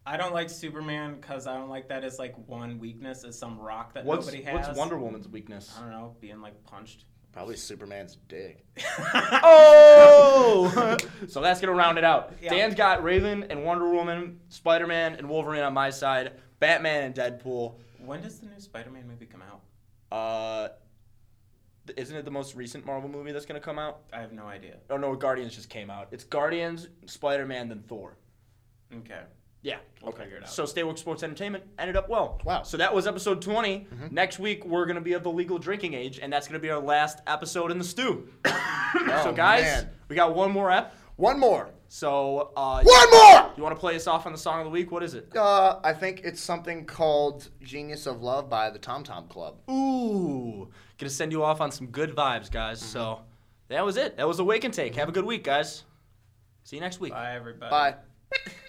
D: I don't like Superman because I don't like that as like one weakness is some rock that
B: What's
D: nobody has. Uh,
B: what's Wonder Woman's weakness?
D: I don't know, being like punched.
A: Probably Superman's dick.
B: Oh! so that's gonna round it out.
D: Yeah.
B: Dan's got Raven and Wonder Woman, Spider Man and Wolverine on my side, Batman and Deadpool.
D: When does the new Spider-Man movie come out?
B: Uh, th- isn't it the most recent Marvel movie that's gonna come out?
D: I have no idea.
B: Oh no, Guardians just came out. It's Guardians, Spider Man, then Thor.
D: Okay.
B: Yeah.
D: We'll figure it out.
B: So Stay Woke Sports Entertainment ended up well.
A: Wow. Mm-hmm.
B: So that was episode 20. Next week we're gonna be of the legal drinking age, and that's gonna be our last episode in the stew. so
A: Oh,
B: guys,
A: man.
B: we got one more ep.
A: One more.
B: So uh,
A: One more.
B: You want to play us off on the song of the week? What is it?
A: Uh, I think it's something called "Genius of Love" by the Tom Tom Club.
B: Ooh, gonna send you off on some good vibes, guys. So
A: Mm-hmm.
B: that was it. That was a wake and take. Have a good week, guys. See you next week.
D: Bye, everybody.
A: Bye.